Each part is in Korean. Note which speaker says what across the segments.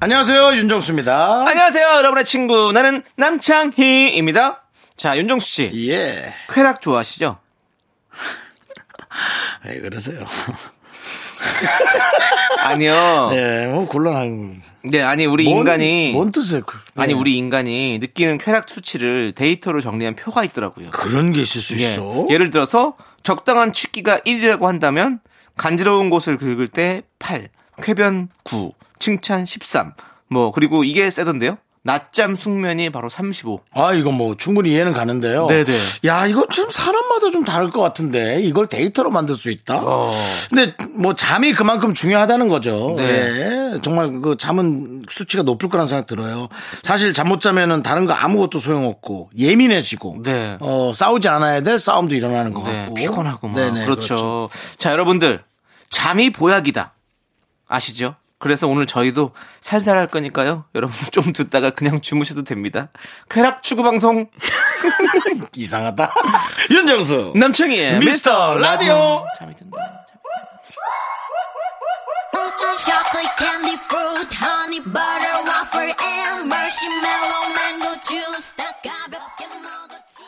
Speaker 1: 안녕하세요 윤정수입니다.
Speaker 2: 안녕하세요, 여러분의 친구. 나는 남창희입니다. 자, 윤정수 씨.
Speaker 1: 예.
Speaker 2: 쾌락 좋아하시죠?
Speaker 1: 왜 그러세요?
Speaker 2: 아니요. 네,
Speaker 1: 예, 뭐 곤란한.
Speaker 2: 아니, 우리
Speaker 1: 뭔-
Speaker 2: 인간이.
Speaker 1: 뭔 뜻을? 그,
Speaker 2: 아니,
Speaker 1: 예.
Speaker 2: 우리 인간이 느끼는 쾌락 수치를 데이터로 정리한 표가 있더라고요.
Speaker 1: 그런 게 있을 수
Speaker 2: 예.
Speaker 1: 있어.
Speaker 2: 예를 들어서 적당한 취기가 1이라고 한다면 간지러운 곳을 긁을 때 8, 쾌변 9, 칭찬 13. 뭐 그리고 이게 세던데요. 낮잠 숙면이 바로 35.
Speaker 1: 아, 이거 뭐 충분히 이해는 가는데요.
Speaker 2: 네네.
Speaker 1: 야, 이거 좀 사람마다 좀 다를 것 같은데 이걸 데이터로 만들 수 있다. 근데 뭐 잠이 그만큼 중요하다는 거죠.
Speaker 2: 어. 네.
Speaker 1: 예, 정말 그 잠은 수치가 높을 거란 생각 들어요. 사실 잠 못 자면은 다른 거 아무것도 소용없고 예민해지고
Speaker 2: 네.
Speaker 1: 어, 싸우지 않아야 될 싸움도 일어나는 것
Speaker 2: 네,
Speaker 1: 같고
Speaker 2: 피곤하고 막.
Speaker 1: 네네,
Speaker 2: 그렇죠. 자, 여러분들. 잠이 보약이다. 아시죠? 그래서 오늘 저희도 살살 할 거니까요. 여러분 좀 듣다가 그냥 주무셔도 됩니다. 쾌락 추구 방송
Speaker 1: 이상하다. 윤정수.
Speaker 2: 남청이의
Speaker 1: 미스터 라디오.
Speaker 2: 잠이 든다.
Speaker 3: Chocolate candy fruit, honey butter waffle and marshmallow mango juice 다 가볍게 먹었지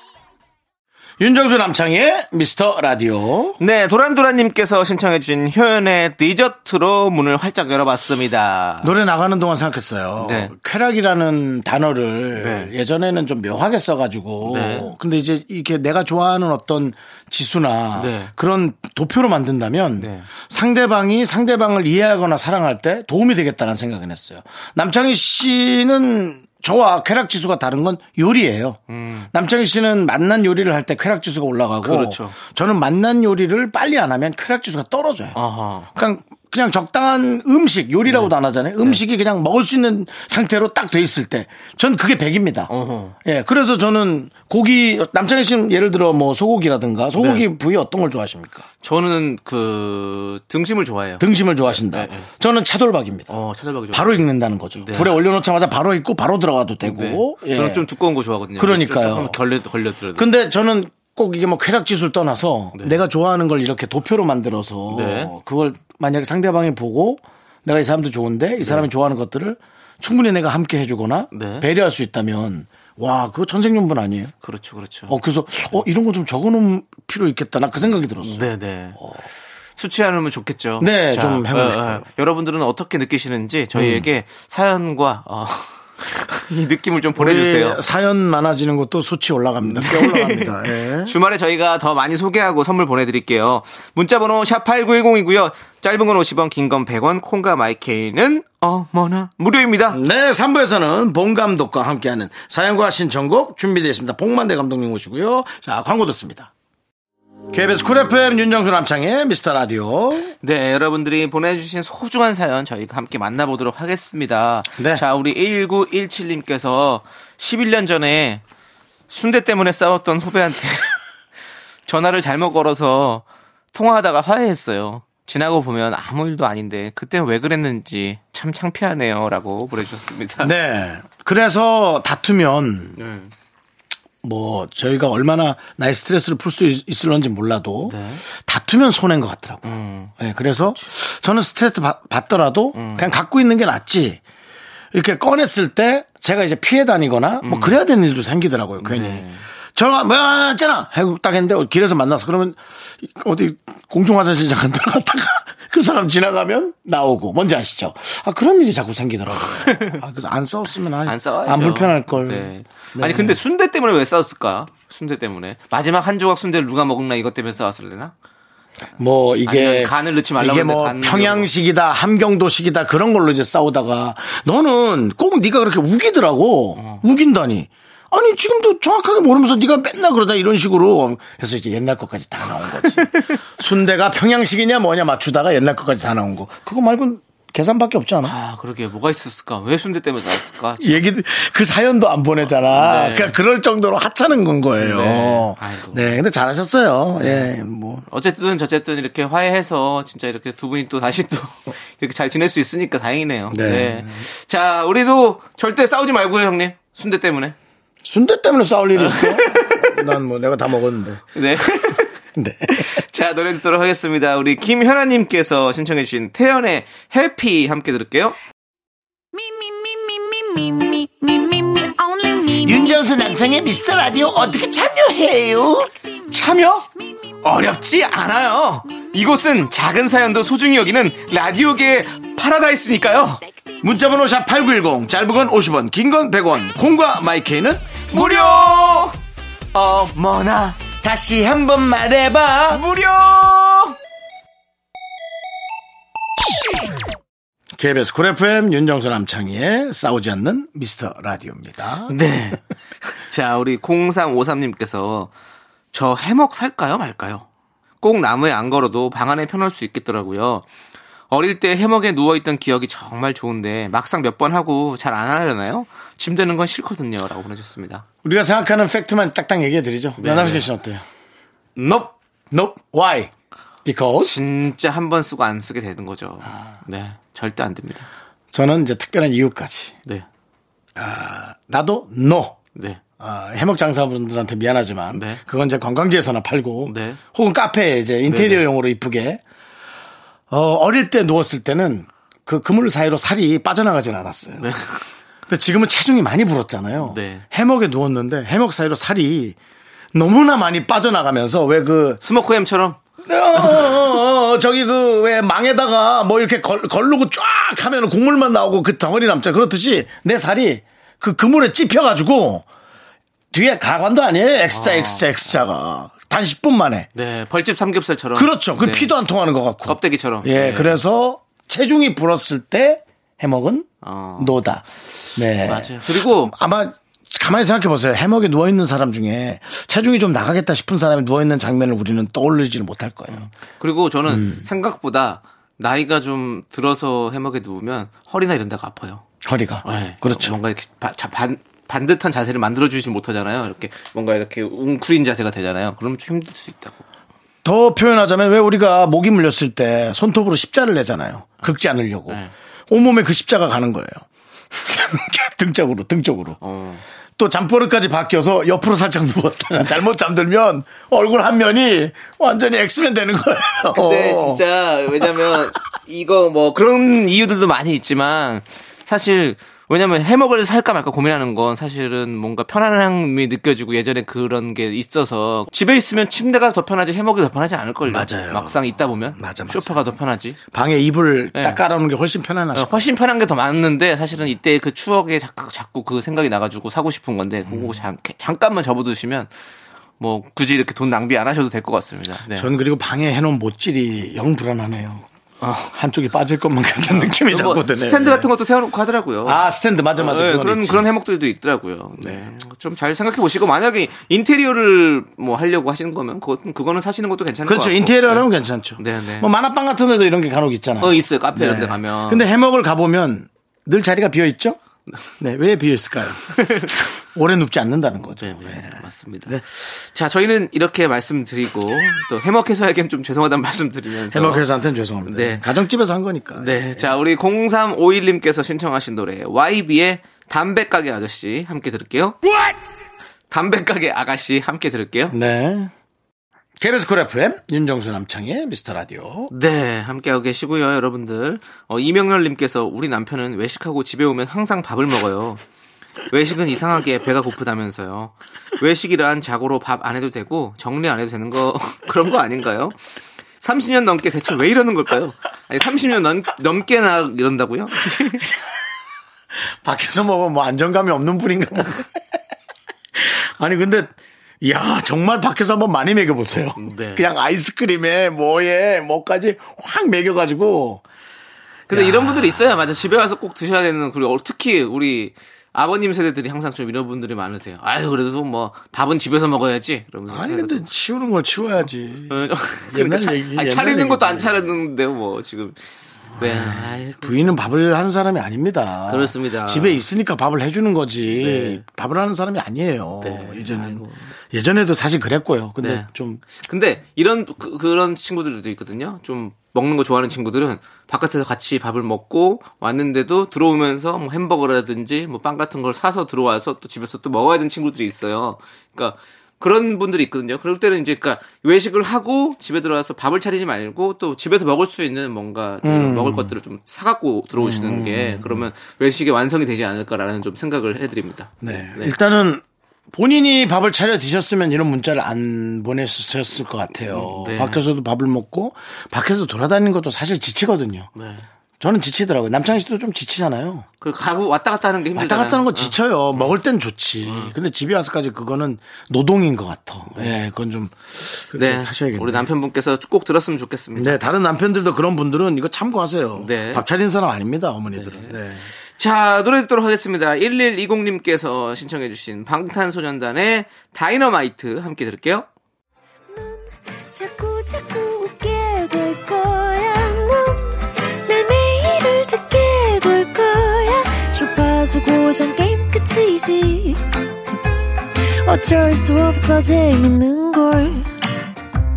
Speaker 1: 윤정수 남창의 미스터 라디오.
Speaker 2: 네, 도란도란님께서 신청해주신 효연의 디저트로 문을 활짝 열어봤습니다.
Speaker 1: 노래 나가는 동안 생각했어요.
Speaker 2: 네.
Speaker 1: 쾌락이라는 단어를
Speaker 2: 네.
Speaker 1: 예전에는 좀 묘하게 써가지고,
Speaker 2: 네.
Speaker 1: 근데 이제 이게 내가 좋아하는 어떤 지수나
Speaker 2: 네.
Speaker 1: 그런 도표로 만든다면
Speaker 2: 네.
Speaker 1: 상대방이 상대방을 이해하거나 사랑할 때 도움이 되겠다는 생각을 했어요. 남창희 씨는 저와 쾌락 지수가 다른 건 요리예요. 남창희 씨는 만난 요리를 할 때 쾌락 지수가 올라가고,
Speaker 2: 음. 그렇죠.
Speaker 1: 저는 만난 요리를 빨리 안 하면 쾌락 지수가 떨어져요. 그러니까
Speaker 2: 어허.
Speaker 1: 그냥 그냥 적당한 음식
Speaker 2: 네.
Speaker 1: 요리라고도 안 하잖아요. 음식이 그냥 먹을 수 있는 상태로 딱 돼 있을 때, 전 그게 100입니다.
Speaker 2: 어허.
Speaker 1: 예, 그래서 저는 고기 남창희 씨는 예를 들어 뭐 소고기라든가 소고기
Speaker 2: 네.
Speaker 1: 부위 어떤 걸 좋아하십니까?
Speaker 2: 저는 그 등심을 좋아해요.
Speaker 1: 등심을 좋아하신다.
Speaker 2: 네, 네.
Speaker 1: 저는 차돌박입니다.
Speaker 2: 어, 찾아봐기
Speaker 1: 바로 익는다는 거죠.
Speaker 2: 네.
Speaker 1: 불에 올려놓자마자 바로 익고 바로 들어가도 되고. 예.
Speaker 2: 저는 좀 두꺼운 거 좋아하거든요.
Speaker 1: 그러니까요.
Speaker 2: 좀 조금 걸려 걸려들어도.
Speaker 1: 근데 저는 꼭 이게 뭐 쾌락 지수를 떠나서
Speaker 2: 네.
Speaker 1: 내가 좋아하는 걸 이렇게 도표로 만들어서
Speaker 2: 네.
Speaker 1: 그걸 만약에 상대방이 보고 내가 이 사람도 좋은데 이 사람이 좋아하는 것들을 충분히 내가 함께 해주거나
Speaker 2: 네.
Speaker 1: 배려할 수 있다면 와 그거 천생연분 아니에요?
Speaker 2: 그렇죠, 그렇죠.
Speaker 1: 어 그래서 어 이런 거 좀 적어놓은 필요 있겠다 나 그 생각이 들었어요.
Speaker 2: 네네. 수치 않으면 좋겠죠.
Speaker 1: 네, 좀 해보고 싶어요. 음.
Speaker 2: 여러분들은 어떻게 느끼시는지 저희에게 사연과 어, 이 느낌을 좀 보내주세요. 네.
Speaker 1: 우리 그 사연 많아지는 것도 수치 올라갑니다. 꽤 올라갑니다. 예.
Speaker 2: 주말에 저희가 더 많이 소개하고 선물 보내드릴게요. 문자번호 샵8910이고요. 짧은 건 50원, 긴 건 100원, 콩과 마이케이는 어머나 무료입니다.
Speaker 1: 네, 3부에서는 봉 감독과 함께하는 사연과 신청곡 준비되어 있습니다. 봉만대 감독님 오시고요. 자, 광고 듣습니다. KBS 쿨 FM 윤정수 남창의 미스터 라디오.
Speaker 2: 네, 여러분들이 보내주신 소중한 사연 저희가 함께 만나보도록 하겠습니다.
Speaker 1: 네.
Speaker 2: 자, 우리 1917님께서 11년 전에 순대 때문에 싸웠던 후배한테 전화를 잘못 걸어서 통화하다가 화해했어요. 지나고 보면 아무 일도 아닌데 그때 왜 그랬는지 참 창피하네요라고 보내주셨습니다.
Speaker 1: 네. 그래서 다투면 뭐 저희가 얼마나 나의 스트레스를 풀 수 있을런지 몰라도 다투면 손해인 것 같더라고요. 네, 그래서 저는 스트레스 받, 받더라도 그냥 갖고 있는 게 낫지. 이렇게 꺼냈을 때 제가 이제 피해 다니거나
Speaker 2: 음.
Speaker 1: 뭐 그래야 되는 일도 생기더라고요. 괜히.
Speaker 2: 네.
Speaker 1: 저가 뭐야 했잖아 해국 딱 했는데 길에서 만나서 그러면 어디 공중 화장실 잠깐 들어갔다가 그 사람 지나가면 나오고 뭔지 아시죠? 아 그런 일이 자꾸 생기더라고요. 아, 그래서 안 싸웠으면 아,
Speaker 2: 안 싸워야죠.
Speaker 1: 안 불편할 걸.
Speaker 2: 네. 아니 근데 순대 때문에 왜 싸웠을까? 순대 때문에 마지막 한 조각 순대를 누가 먹나 이것 때문에 싸웠을래나?
Speaker 1: 뭐 이게
Speaker 2: 아니면 간을 넣지 말라고
Speaker 1: 이게
Speaker 2: 했는데
Speaker 1: 뭐
Speaker 2: 간
Speaker 1: 평양식이다 함경도식이다 그런 걸로 이제 싸우다가 너는 꼭 네가 그렇게 우기더라고
Speaker 2: 어.
Speaker 1: 우긴다니 아니 지금도 정확하게 모르면서 네가 맨날 그러다 이런 식으로 해서 이제 옛날 것까지 다 나온 거지 순대가 평양식이냐 뭐냐 맞추다가 옛날 것까지 다 나온 거 그거 말고는 계산밖에 없지 않아?
Speaker 2: 아, 그러게 뭐가 있었을까? 왜 순대 때문에 나왔을까?
Speaker 1: 얘기 그 사연도 안 보내잖아.
Speaker 2: 네.
Speaker 1: 그러니까 그럴 정도로 하찮은 건 거예요.
Speaker 2: 네.
Speaker 1: 네,
Speaker 2: 아이고.
Speaker 1: 근데 잘하셨어요. 예, 뭐
Speaker 2: 어쨌든 저쨌든 이렇게 화해해서 진짜 이렇게 두 분이 또 다시 또 이렇게 잘 지낼 수 있으니까 다행이네요.
Speaker 1: 네.
Speaker 2: 자, 우리도 절대 싸우지 말고요, 형님. 순대 때문에.
Speaker 1: 순대 때문에 싸울 일이 있어? 난 뭐 내가 다 먹었는데.
Speaker 2: 네.
Speaker 1: 네.
Speaker 2: 자, 노래 듣도록 하겠습니다. 우리 김현아님께서 신청해주신 태연의 해피 함께 들을게요.
Speaker 3: Me, me, me, me, me, me, me, me, me, me, only me. me.
Speaker 1: 윤정수 남창의 미스터 라디오 어떻게 참여해요?
Speaker 2: 참여? 어렵지 않아요. 이곳은 작은 사연도 소중히 여기는 라디오계의 파라다이스니까요.
Speaker 1: 문자번호 샵 8910, 짧은 건 50원, 긴 건 100원, 콩과 마이케이는
Speaker 2: 무료! 어머나,
Speaker 1: 다시 한번 말해봐.
Speaker 2: 무료!
Speaker 1: KBS 쿨 FM 윤정수 남창희의 싸우지 않는 미스터 라디오입니다.
Speaker 2: 네. 자, 우리 0353님께서 저 해먹 살까요 말까요? 꼭 나무에 안 걸어도 방 안에 펴놓을 수 있겠더라고요. 어릴 때 해먹에 누워있던 기억이 정말 좋은데 막상 몇 번 하고 잘 안 하려나요? 짐 되는 건 싫거든요. 라고 보내셨습니다.
Speaker 1: 우리가 생각하는 팩트만 딱딱 얘기해 드리죠. 연남식 씨는 어때요?
Speaker 2: 넙!
Speaker 1: Nope. Why? Because
Speaker 2: 진짜 한 번 쓰고 안 쓰게 되는 거죠.
Speaker 1: 아.
Speaker 2: 네. 절대 안 됩니다.
Speaker 1: 저는 이제 특별한 이유까지.
Speaker 2: 네.
Speaker 1: 나도 no.
Speaker 2: 네.
Speaker 1: 아, 해먹 장사분들한테 미안하지만
Speaker 2: 네.
Speaker 1: 그건 이제 관광지에서나 팔고
Speaker 2: 네.
Speaker 1: 혹은 카페에 이제 인테리어용으로 이쁘게 어, 릴때 누웠을 때는 그 그물 사이로 살이 빠져나가진 않았어요. 근데 지금은 체중이 많이 불었잖아요.
Speaker 2: 네.
Speaker 1: 해먹에 누웠는데 해먹 사이로 살이 너무나 많이 빠져나가면서 왜그
Speaker 2: 스모크햄처럼
Speaker 1: 어, 어, 어, 저기 그 왜 망에다가 뭐 이렇게 걸, 걸르고 쫙 하면 국물만 나오고 그 덩어리 남자 그렇듯이 내 살이 그 그물에 찝혀가지고 뒤에 가관도 아니에요 X자 X자 X자가 단 10분 만에
Speaker 2: 네. 벌집 삼겹살처럼.
Speaker 1: 그렇죠 그
Speaker 2: 네.
Speaker 1: 피도 안 통하는 것 같고
Speaker 2: 껍데기처럼.
Speaker 1: 예
Speaker 2: 네.
Speaker 1: 그래서 체중이 불었을 때 해먹은
Speaker 2: 어.
Speaker 1: 노다 네
Speaker 2: 맞아요. 그리고
Speaker 1: 아마 가만히 생각해 보세요. 해먹에 누워 있는 사람 중에 체중이 좀 나가겠다 싶은 사람이 누워 있는 장면을 우리는 떠올리지는 못할 거예요.
Speaker 2: 그리고 저는
Speaker 1: 음.
Speaker 2: 생각보다 나이가 좀 들어서 해먹에 누우면 허리나 이런 데가 아파요.
Speaker 1: 허리가.
Speaker 2: 네.
Speaker 1: 그렇죠.
Speaker 2: 뭔가 이렇게 바- 자- 반, 반듯한 자세를 만들어주지 못하잖아요. 이렇게 뭔가 이렇게 웅크린 자세가 되잖아요. 그러면 좀 힘들 수 있다고.
Speaker 1: 더 표현하자면 왜 우리가 모기 물렸을 때 손톱으로 십자를 내잖아요. 긁지 않으려고.
Speaker 2: 네.
Speaker 1: 온몸에 그 십자가 가는 거예요. 등짝으로, 등쪽으로.
Speaker 2: 어.
Speaker 1: 또 잠버릇까지 바뀌어서 옆으로 살짝 누웠다가 잘못 잠들면 얼굴 한 면이 완전히 엑스맨 되는 거예요.
Speaker 2: 근데
Speaker 1: 어.
Speaker 2: 네, 진짜 왜냐면 이거 뭐 그런 이유들도 많이 있지만 사실 왜냐면 해먹을 살까 말까 고민하는 건 사실은 뭔가 편안함이 느껴지고 예전에 그런 게 있어서 집에 있으면 침대가 더 편하지 해먹이 더 편하지 않을걸요.
Speaker 1: 맞아요.
Speaker 2: 막상 있다 보면
Speaker 1: 맞아, 맞아.
Speaker 2: 쇼파가 더 편하지.
Speaker 1: 방에 이불
Speaker 2: 네.
Speaker 1: 딱 깔아놓는 게 훨씬
Speaker 2: 어,
Speaker 1: 편안하죠.
Speaker 2: 훨씬 편한 게 더 많은데 사실은 이때 그 추억에 자꾸, 자꾸 그 생각이 나가지고 사고 싶은 건데
Speaker 1: 음.
Speaker 2: 그거 잠- 잠깐만 접어두시면 뭐 굳이 이렇게 돈 낭비 안 하셔도 될 것 같습니다. 네.
Speaker 1: 전 그리고 방에 해놓은 못질이 영 불안하네요. 한쪽이 빠질 것만 같은 느낌이
Speaker 2: 어. 뭐
Speaker 1: 자꾸 드네요. 예.
Speaker 2: 스탠드 같은 것도 세워놓고 하더라고요.
Speaker 1: 아 스탠드 맞아 맞아
Speaker 2: 네,
Speaker 1: 그건
Speaker 2: 그런
Speaker 1: 있지.
Speaker 2: 그런 해먹들도 있더라고요. 네. 좀 잘 생각해 보시고 만약에 인테리어를 뭐 하려고 하시는 거면 그것 그거는 사시는 것도 괜찮을 것
Speaker 1: 그렇죠
Speaker 2: 같고.
Speaker 1: 인테리어라면 괜찮죠.
Speaker 2: 네, 네.
Speaker 1: 뭐 만화방 같은 데도 이런 게 간혹 있잖아요. 네.
Speaker 2: 어 있어요. 카페 이런 데 가면.
Speaker 1: 근데 해먹을 가보면 늘 자리가 비어 있죠. 네, 왜 비어 있을까요? 오래 눕지 않는다는 거죠. 네.
Speaker 2: 맞습니다. 자, 저희는 이렇게 말씀드리고 또 해먹해서에겐 좀 죄송하다는 말씀드리면서
Speaker 1: 해먹 회사한테는 죄송합니다.
Speaker 2: 네.
Speaker 1: 가정집에서 한 거니까.
Speaker 2: 네. 자, 우리 0351님께서 신청하신 노래 YB의 담배가게 아저씨 함께 들을게요. 담배가게 아가씨 함께 들을게요.
Speaker 1: 네. KBS 쿨 FM 윤정수 남창의 미스터 라디오.
Speaker 2: 네, 함께하고 계시고요, 여러분들. 어, 이명렬님께서 우리 남편은 외식하고 집에 오면 항상 밥을 먹어요. 외식은 이상하게 배가 고프다면서요. 외식이란 자고로 밥 안 해도 되고 정리 안 해도 되는 거 그런 거 아닌가요? 30년 넘게 대체 왜 이러는 걸까요? 아니 30년 넘, 넘게나 이런다고요?
Speaker 1: 밖에서 먹으면 뭐 안정감이 없는 분인가 뭐. 아니 근데 야 정말 밖에서 한번 많이 먹여보세요.
Speaker 2: 네.
Speaker 1: 그냥 아이스크림에 뭐에 뭐까지 확 먹여가지고
Speaker 2: 근데 이런 분들이 있어요. 맞아. 집에 와서 꼭 드셔야 되는 그리고 어, 특히 우리 아버님 세대들이 항상 좀 이런 분들이 많으세요. 아유 그래도 뭐 밥은 집에서 먹어야지. 이러면서
Speaker 1: 아니 근데 치우는 걸 치워야지.
Speaker 2: 어,
Speaker 1: 옛날
Speaker 2: 차-
Speaker 1: 얘기, 옛날
Speaker 2: 아니, 차리는 것도 안
Speaker 1: 얘기지.
Speaker 2: 차렸는데 뭐 지금 왜? 아이,
Speaker 1: 부인은 밥을 하는 사람이 아닙니다.
Speaker 2: 그렇습니다.
Speaker 1: 집에 있으니까 밥을 해주는 거지 밥을 하는 사람이 아니에요.
Speaker 2: 네.
Speaker 1: 예전에
Speaker 2: 아이고.
Speaker 1: 예전에도 사실 그랬고요. 근데
Speaker 2: 네.
Speaker 1: 좀
Speaker 2: 근데 이런 그, 그런 친구들도 있거든요. 좀 먹는 거 좋아하는 친구들은 바깥에서 같이 밥을 먹고 왔는데도 들어오면서 뭐 햄버거라든지 뭐 빵 같은 걸 사서 들어와서 또 집에서 또 먹어야 되는 친구들이 있어요. 그러니까 그런 분들이 있거든요. 그럴 때는 이제 그러니까 외식을 하고 집에 들어와서 밥을 차리지 말고 또 집에서 먹을 수 있는 뭔가
Speaker 1: 음.
Speaker 2: 좀 먹을 것들을 좀 사갖고 들어오시는 게 그러면 외식의 완성이 되지 않을까라는 좀 생각을 해드립니다.
Speaker 1: 네. 일단은 본인이 밥을 차려 드셨으면 이런 문자를 안 보냈었을 것 같아요.
Speaker 2: 네.
Speaker 1: 밖에서도 밥을 먹고 밖에서 돌아다니는 것도 사실 지치거든요.
Speaker 2: 네.
Speaker 1: 저는 지치더라고요. 남창희 씨도 좀 지치잖아요.
Speaker 2: 그 가고 왔다 갔다 하는 게 힘들잖아요. 어.
Speaker 1: 왔다 갔다 하는 거 지쳐요. 먹을 땐 좋지. 근데 집에 와서까지 그거는 노동인 것 같아. 예, 그건 좀 그렇게
Speaker 2: 네,
Speaker 1: 하셔야겠네요.
Speaker 2: 우리 남편분께서 꼭 들었으면 좋겠습니다.
Speaker 1: 네, 다른 남편들도 그런 분들은 이거 참고하세요.
Speaker 2: 네.
Speaker 1: 밥 차린 사람 아닙니다, 어머니들은. 네.
Speaker 2: 자, 노래 듣도록 하겠습니다. 1120님께서 신청해주신 방탄소년단의 다이너마이트 함께 들을게요.
Speaker 4: 자꾸 자꾸 웃게 될 거야. 넌내 매일을 듣게 될 거야. 주파수 고정 게임 끝이지. 어쩔 수 없어 재밌는 걸.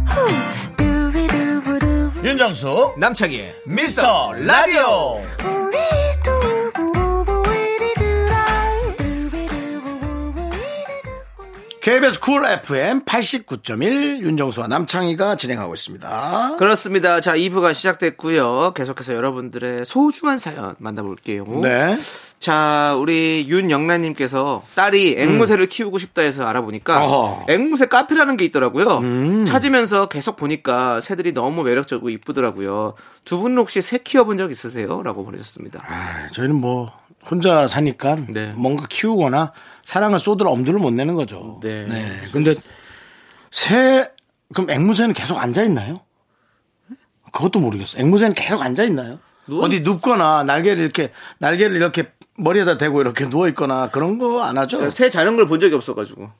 Speaker 4: 후. 두비두부두부.
Speaker 1: 윤정수,
Speaker 2: 남창희의
Speaker 1: 미스터 라디오.
Speaker 4: 우리 두부부부 우리 두라. 두비두부부부 우리 두부.
Speaker 1: KBS 쿨 FM 89.1 윤정수와 남창희가 진행하고 있습니다.
Speaker 2: 그렇습니다. 자, 2부가 시작됐고요. 계속해서 여러분들의 소중한 사연 만나볼게요.
Speaker 1: 네.
Speaker 2: 자, 우리 윤영란님께서 딸이 앵무새를 키우고 싶다 해서 알아보니까
Speaker 1: 음. 어허. 음.
Speaker 2: 앵무새 카페라는 게 있더라고요. 찾으면서 계속 보니까 새들이 너무 매력적이고 이쁘더라고요. 두 분 혹시 새 키워본 적 있으세요? 라고 보내셨습니다.
Speaker 1: 아, 저희는 뭐 혼자 사니까
Speaker 2: 네.
Speaker 1: 뭔가 키우거나 사랑을 쏟을 엄두를 못 내는 거죠.
Speaker 2: 네.
Speaker 1: 근데 새 그럼 앵무새는 계속 앉아 있나요? 그것도 모르겠어. 앵무새는 계속 앉아 있나요?
Speaker 2: 누워-
Speaker 1: 어디 눕거나 날개를 이렇게 날개를 이렇게 머리에다 대고 이렇게 누워 있거나 그런 거 안 하죠?
Speaker 2: 새 자는 걸 본 적이 없어가지고.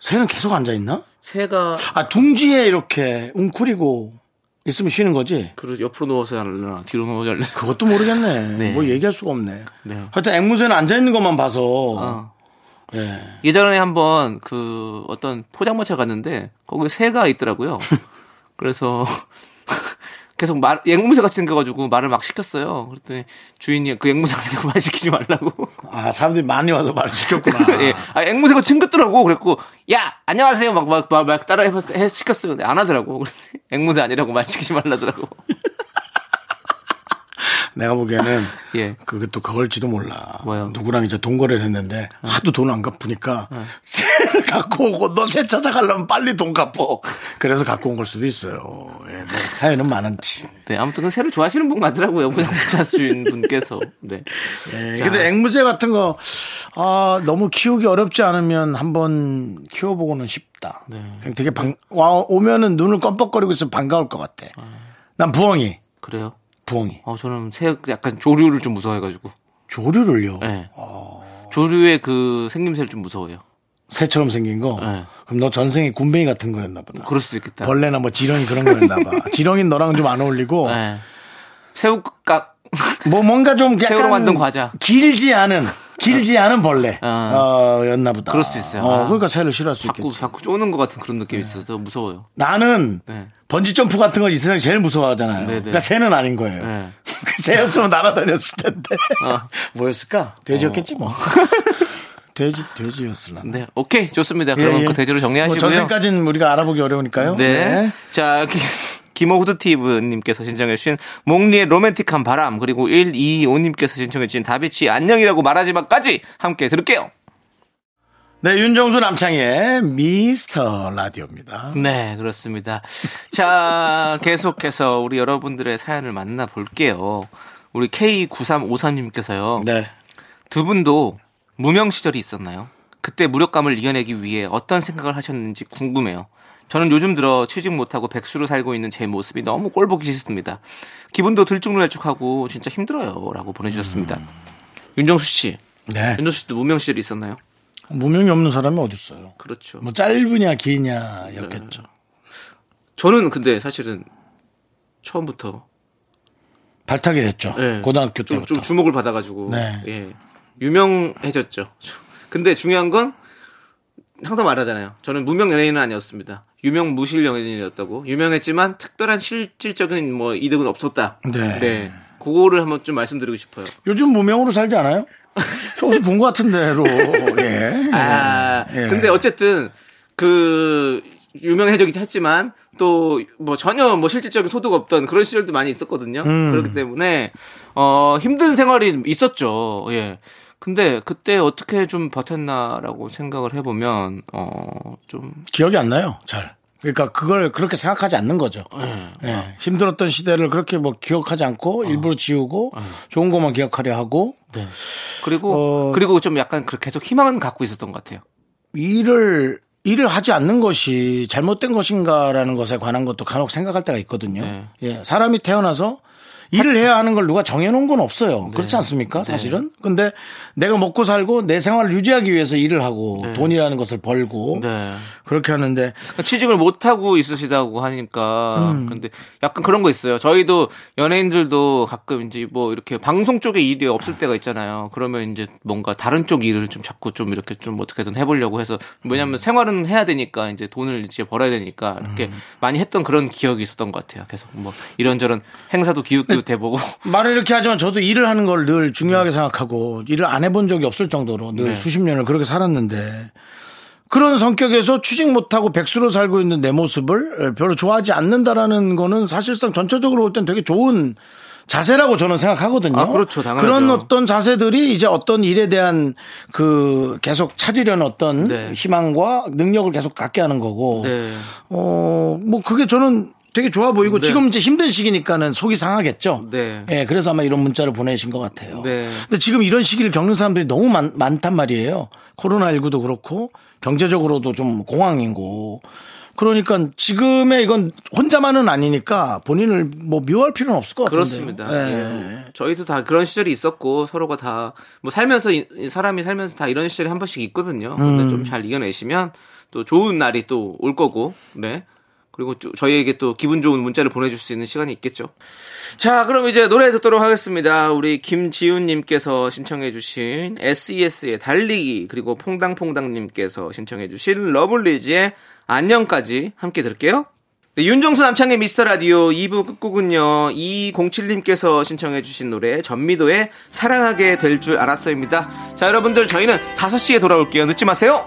Speaker 1: 새는 계속 앉아 있나?
Speaker 2: 새가
Speaker 1: 아 둥지에 이렇게 웅크리고 있으면 쉬는 거지.
Speaker 2: 그리고 옆으로 누워서 하려나 뒤로 누워서 하려나
Speaker 1: 그것도 모르겠네.
Speaker 2: 네.
Speaker 1: 뭐 얘기할 수가 없네.
Speaker 2: 네. 어.
Speaker 1: 하여튼 앵무새는 앉아 있는 것만 봐서
Speaker 2: 예전에 한번 그 어떤 포장마차 갔는데 거기 새가 있더라고요. 그래서 계속 말 앵무새 같이 생겨가지고 말을 막 시켰어요. 그랬더니 주인이 그 앵무새한테 말 시키지 말라고.
Speaker 1: 아 사람들이 많이 와서 말을 시켰구나.
Speaker 2: 예, 아, 앵무새가 튕겼더라고. 그랬고 야 안녕하세요 막 막 막 따라 해봤 해 시켰어요. 근데 안 하더라고. 그랬더니 앵무새 아니라고 말 시키지 말라더라고.
Speaker 1: 내가 보기에는
Speaker 2: 예.
Speaker 1: 그게 또 그걸지도 몰라.
Speaker 2: 뭐요? 어.
Speaker 1: 누구랑 이제 돈거래를 했는데 하도 돈 안 갚으니까 새를 갖고 오고 너 새 찾아가려면 빨리 돈 갚어. 그래서 갖고 온 걸 수도 있어요. 예, 뭐 사연은 많았지.
Speaker 2: 네 아무튼 그 새를 좋아하시는 분 같더라고요. 포장마차 주인 분께서. 네.
Speaker 1: 예,
Speaker 2: 자.
Speaker 1: 근데 앵무새 같은 거 아, 너무 키우기 어렵지 않으면 한번 키워보고는 싶다.
Speaker 2: 네.
Speaker 1: 그냥 되게 반, 와, 오면은 눈을 껌뻑거리고 있으면 반가울 것 같아. 난 부엉이,
Speaker 2: 그래요.
Speaker 1: 부엉이.
Speaker 2: 어, 저는 새 약간 조류를 좀 무서워해가지고.
Speaker 1: 조류를요.
Speaker 2: 예. 조류의 그 생김새를 좀 무서워요.
Speaker 1: 새처럼 생긴 거.
Speaker 2: 네.
Speaker 1: 그럼 너 전생에 군뱅이 같은 거였나 보다.
Speaker 2: 그럴 수도 있겠다.
Speaker 1: 벌레나 뭐 지렁이 그런 거였나 봐. 지렁이는 너랑 좀 안 어울리고
Speaker 2: 예. 새우깍
Speaker 1: 뭐 뭔가 좀 약간
Speaker 2: 새우로 만든 과자.
Speaker 1: 길지 않은 길지 않은 벌레
Speaker 2: 아.
Speaker 1: 어, 였나 보다.
Speaker 2: 그럴 수 있어요.
Speaker 1: 어,
Speaker 2: 아.
Speaker 1: 그러니까 새를 싫어할 수
Speaker 2: 자꾸
Speaker 1: 있겠지. 예.
Speaker 2: 자꾸 쪼는 것 같은 그런 느낌이 있어서 무서워요.
Speaker 1: 나는
Speaker 2: 네.
Speaker 1: 번지 점프 같은 걸 이 세상 제일 무서워하잖아요.
Speaker 2: 네, 네.
Speaker 1: 그러니까 새는 아닌 거예요.
Speaker 2: 네. 어.
Speaker 1: 그 새였으면 날아다녔을 텐데 뭐였을까? 돼지였겠지 뭐. 돼지 돼지였을라.
Speaker 2: 네, 오케이 좋습니다. 그러면 그 돼지로 정리하시고요.
Speaker 1: 예, 뭐 전생까지는 우리가 알아보기 어려우니까요.
Speaker 2: 네. 자, 기- 김호후드티브님께서 신청해주신 몽리의 로맨틱한 바람 그리고 1225님께서 신청해주신 다비치 안녕이라고 말하지 마까지 함께 들을게요.
Speaker 1: 네, 윤정수 남창희의 미스터 라디오입니다.
Speaker 2: 네, 그렇습니다. 자, 계속해서 우리 여러분들의 사연을 만나볼게요. 우리 K9353님께서요.
Speaker 1: 네.
Speaker 2: 두 분도 무명 시절이 있었나요? 그때 무력감을 이겨내기 위해 어떤 생각을 하셨는지 궁금해요. 저는 요즘 들어 취직 못하고 백수로 살고 있는 제 모습이 너무 꼴보기 싫습니다. 기분도 들쭉날쭉하고 진짜 힘들어요. 라고 보내주셨습니다. 윤정수 씨.
Speaker 1: 음. 네.
Speaker 2: 윤정수 씨도 무명 시절이 있었나요?
Speaker 1: 무명이 없는 사람이 어딨어요.
Speaker 2: 그렇죠.
Speaker 1: 뭐 짧으냐
Speaker 2: 네.
Speaker 1: 기냐였겠죠.
Speaker 2: 저는 근데 사실은 처음부터
Speaker 1: 발탁이 됐죠.
Speaker 2: 예.
Speaker 1: 그렇죠. 고등학교
Speaker 2: 좀,
Speaker 1: 때부터.
Speaker 2: 좀 주목을 받아가지고
Speaker 1: 네.
Speaker 2: 예. 유명해졌죠. 근데 중요한 건 항상 말하잖아요. 저는 무명 연예인은 아니었습니다. 유명 무실 연예인이었다고. 유명했지만 특별한 실질적인 뭐 이득은 없었다.
Speaker 1: 네.
Speaker 2: 그거를 한번 좀 말씀드리고 싶어요.
Speaker 1: 요즘 무명으로 살지 않아요? 저 어디 본것 같은 데로. 예.
Speaker 2: 아,
Speaker 1: 예.
Speaker 2: 근데 어쨌든 그 유명해지긴 했지만 또 뭐 전혀 뭐 실질적인 소득 없던 그런 시절도 많이 있었거든요.
Speaker 1: 음.
Speaker 2: 그렇기 때문에 어 힘든 생활이 있었죠. 예. 근데 그때 어떻게 좀 버텼나라고 생각을 해보면 어좀
Speaker 1: 기억이 안 나요. 잘. 그러니까 그걸 그렇게 생각하지 않는 거죠.
Speaker 2: 네.
Speaker 1: 예. 힘들었던 시대를 그렇게 뭐 기억하지
Speaker 2: 어.
Speaker 1: 않고 일부러 지우고 좋은 것만 기억하려 하고
Speaker 2: 그리고
Speaker 1: 어.
Speaker 2: 그리고 좀 약간 그 계속 희망은 갖고 있었던 것 같아요.
Speaker 1: 일을 일을 하지 않는 것이 잘못된 것인가라는 것에 관한 것도 간혹 생각할 때가 있거든요.
Speaker 2: 네.
Speaker 1: 예, 사람이 태어나서 일을 해야 하는 걸 누가 정해놓은 건 없어요.
Speaker 2: 네.
Speaker 1: 그렇지 않습니까? 사실은. 근데 내가 먹고 살고 내 생활을 유지하기 위해서 일을 하고 돈이라는 것을 벌고
Speaker 2: 네.
Speaker 1: 그렇게 하는데
Speaker 2: 그러니까 취직을 못 하고 있으시다고 하니까 근데 약간 그런 거 있어요. 저희도 연예인들도 가끔 이제 뭐 이렇게 방송 쪽에 일이 없을 때가 있잖아요. 그러면 이제 뭔가 다른 쪽 일을 좀 자꾸 좀 이렇게 좀 어떻게든 해보려고 해서 왜냐하면 생활은 해야 되니까 이제 돈을 이제 벌어야 되니까 이렇게 많이 했던 그런 기억이 있었던 것 같아요. 계속 뭐 이런저런 행사도 기웃기웃 해보고
Speaker 1: 말을 이렇게 하지만 저도 일을 하는 걸 늘 중요하게 생각하고 일을 안 해본 적이 없을 정도로 늘
Speaker 2: 네.
Speaker 1: 수십 년을 그렇게 살았는데 그런 성격에서 취직 못하고 백수로 살고 있는 내 모습을 별로 좋아하지 않는다라는 거는 사실상 전체적으로 볼 땐 되게 좋은 자세라고 저는 생각하거든요.
Speaker 2: 아, 그렇죠. 당연하죠.
Speaker 1: 그런 어떤 자세들이 이제 어떤 일에 대한 그 계속 찾으려는 어떤
Speaker 2: 네.
Speaker 1: 희망과 능력을 계속 갖게 하는 거고
Speaker 2: 네.
Speaker 1: 어, 뭐 그게 저는 되게 좋아 보이고
Speaker 2: 네.
Speaker 1: 지금 이제 힘든 시기니까는 속이 상하겠죠.
Speaker 2: 네.
Speaker 1: 예, 그래서 아마 이런 문자를 보내신 것 같아요.
Speaker 2: 네.
Speaker 1: 근데 지금 이런 시기를 겪는 사람들이 너무 많, 단 말이에요. 코로나19도 그렇고 경제적으로도 좀 공황이고 그러니까 지금의 이건 혼자만은 아니니까 본인을 뭐 미워할 필요는 없을 것 같은데.
Speaker 2: 그렇습니다. 예. 저희도 다 그런 시절이 있었고 서로가 다 뭐 살면서 이- 이 사람이 살면서 다 이런 시절이 한 번씩 있거든요.
Speaker 1: 음.
Speaker 2: 근데 좀 잘 이겨내시면 또 좋은 날이 또 올 거고, 네. 그리고 저- 저희에게 또 기분 좋은 문자를 보내줄 수 있는 시간이 있겠죠. 자, 그럼 이제 노래 듣도록 하겠습니다. 우리 김지훈님께서 신청해주신 SES의 달리기 그리고 퐁당퐁당님께서 신청해주신 러블리즈의 안녕까지 함께 들을게요. 네, 윤정수 남창의 미스터 라디오 2부 끝곡은요, 207님께서 신청해주신 노래, 전미도의 사랑하게 될 줄 알았어입니다. 자, 여러분들, 저희는 5시에 돌아올게요. 늦지 마세요!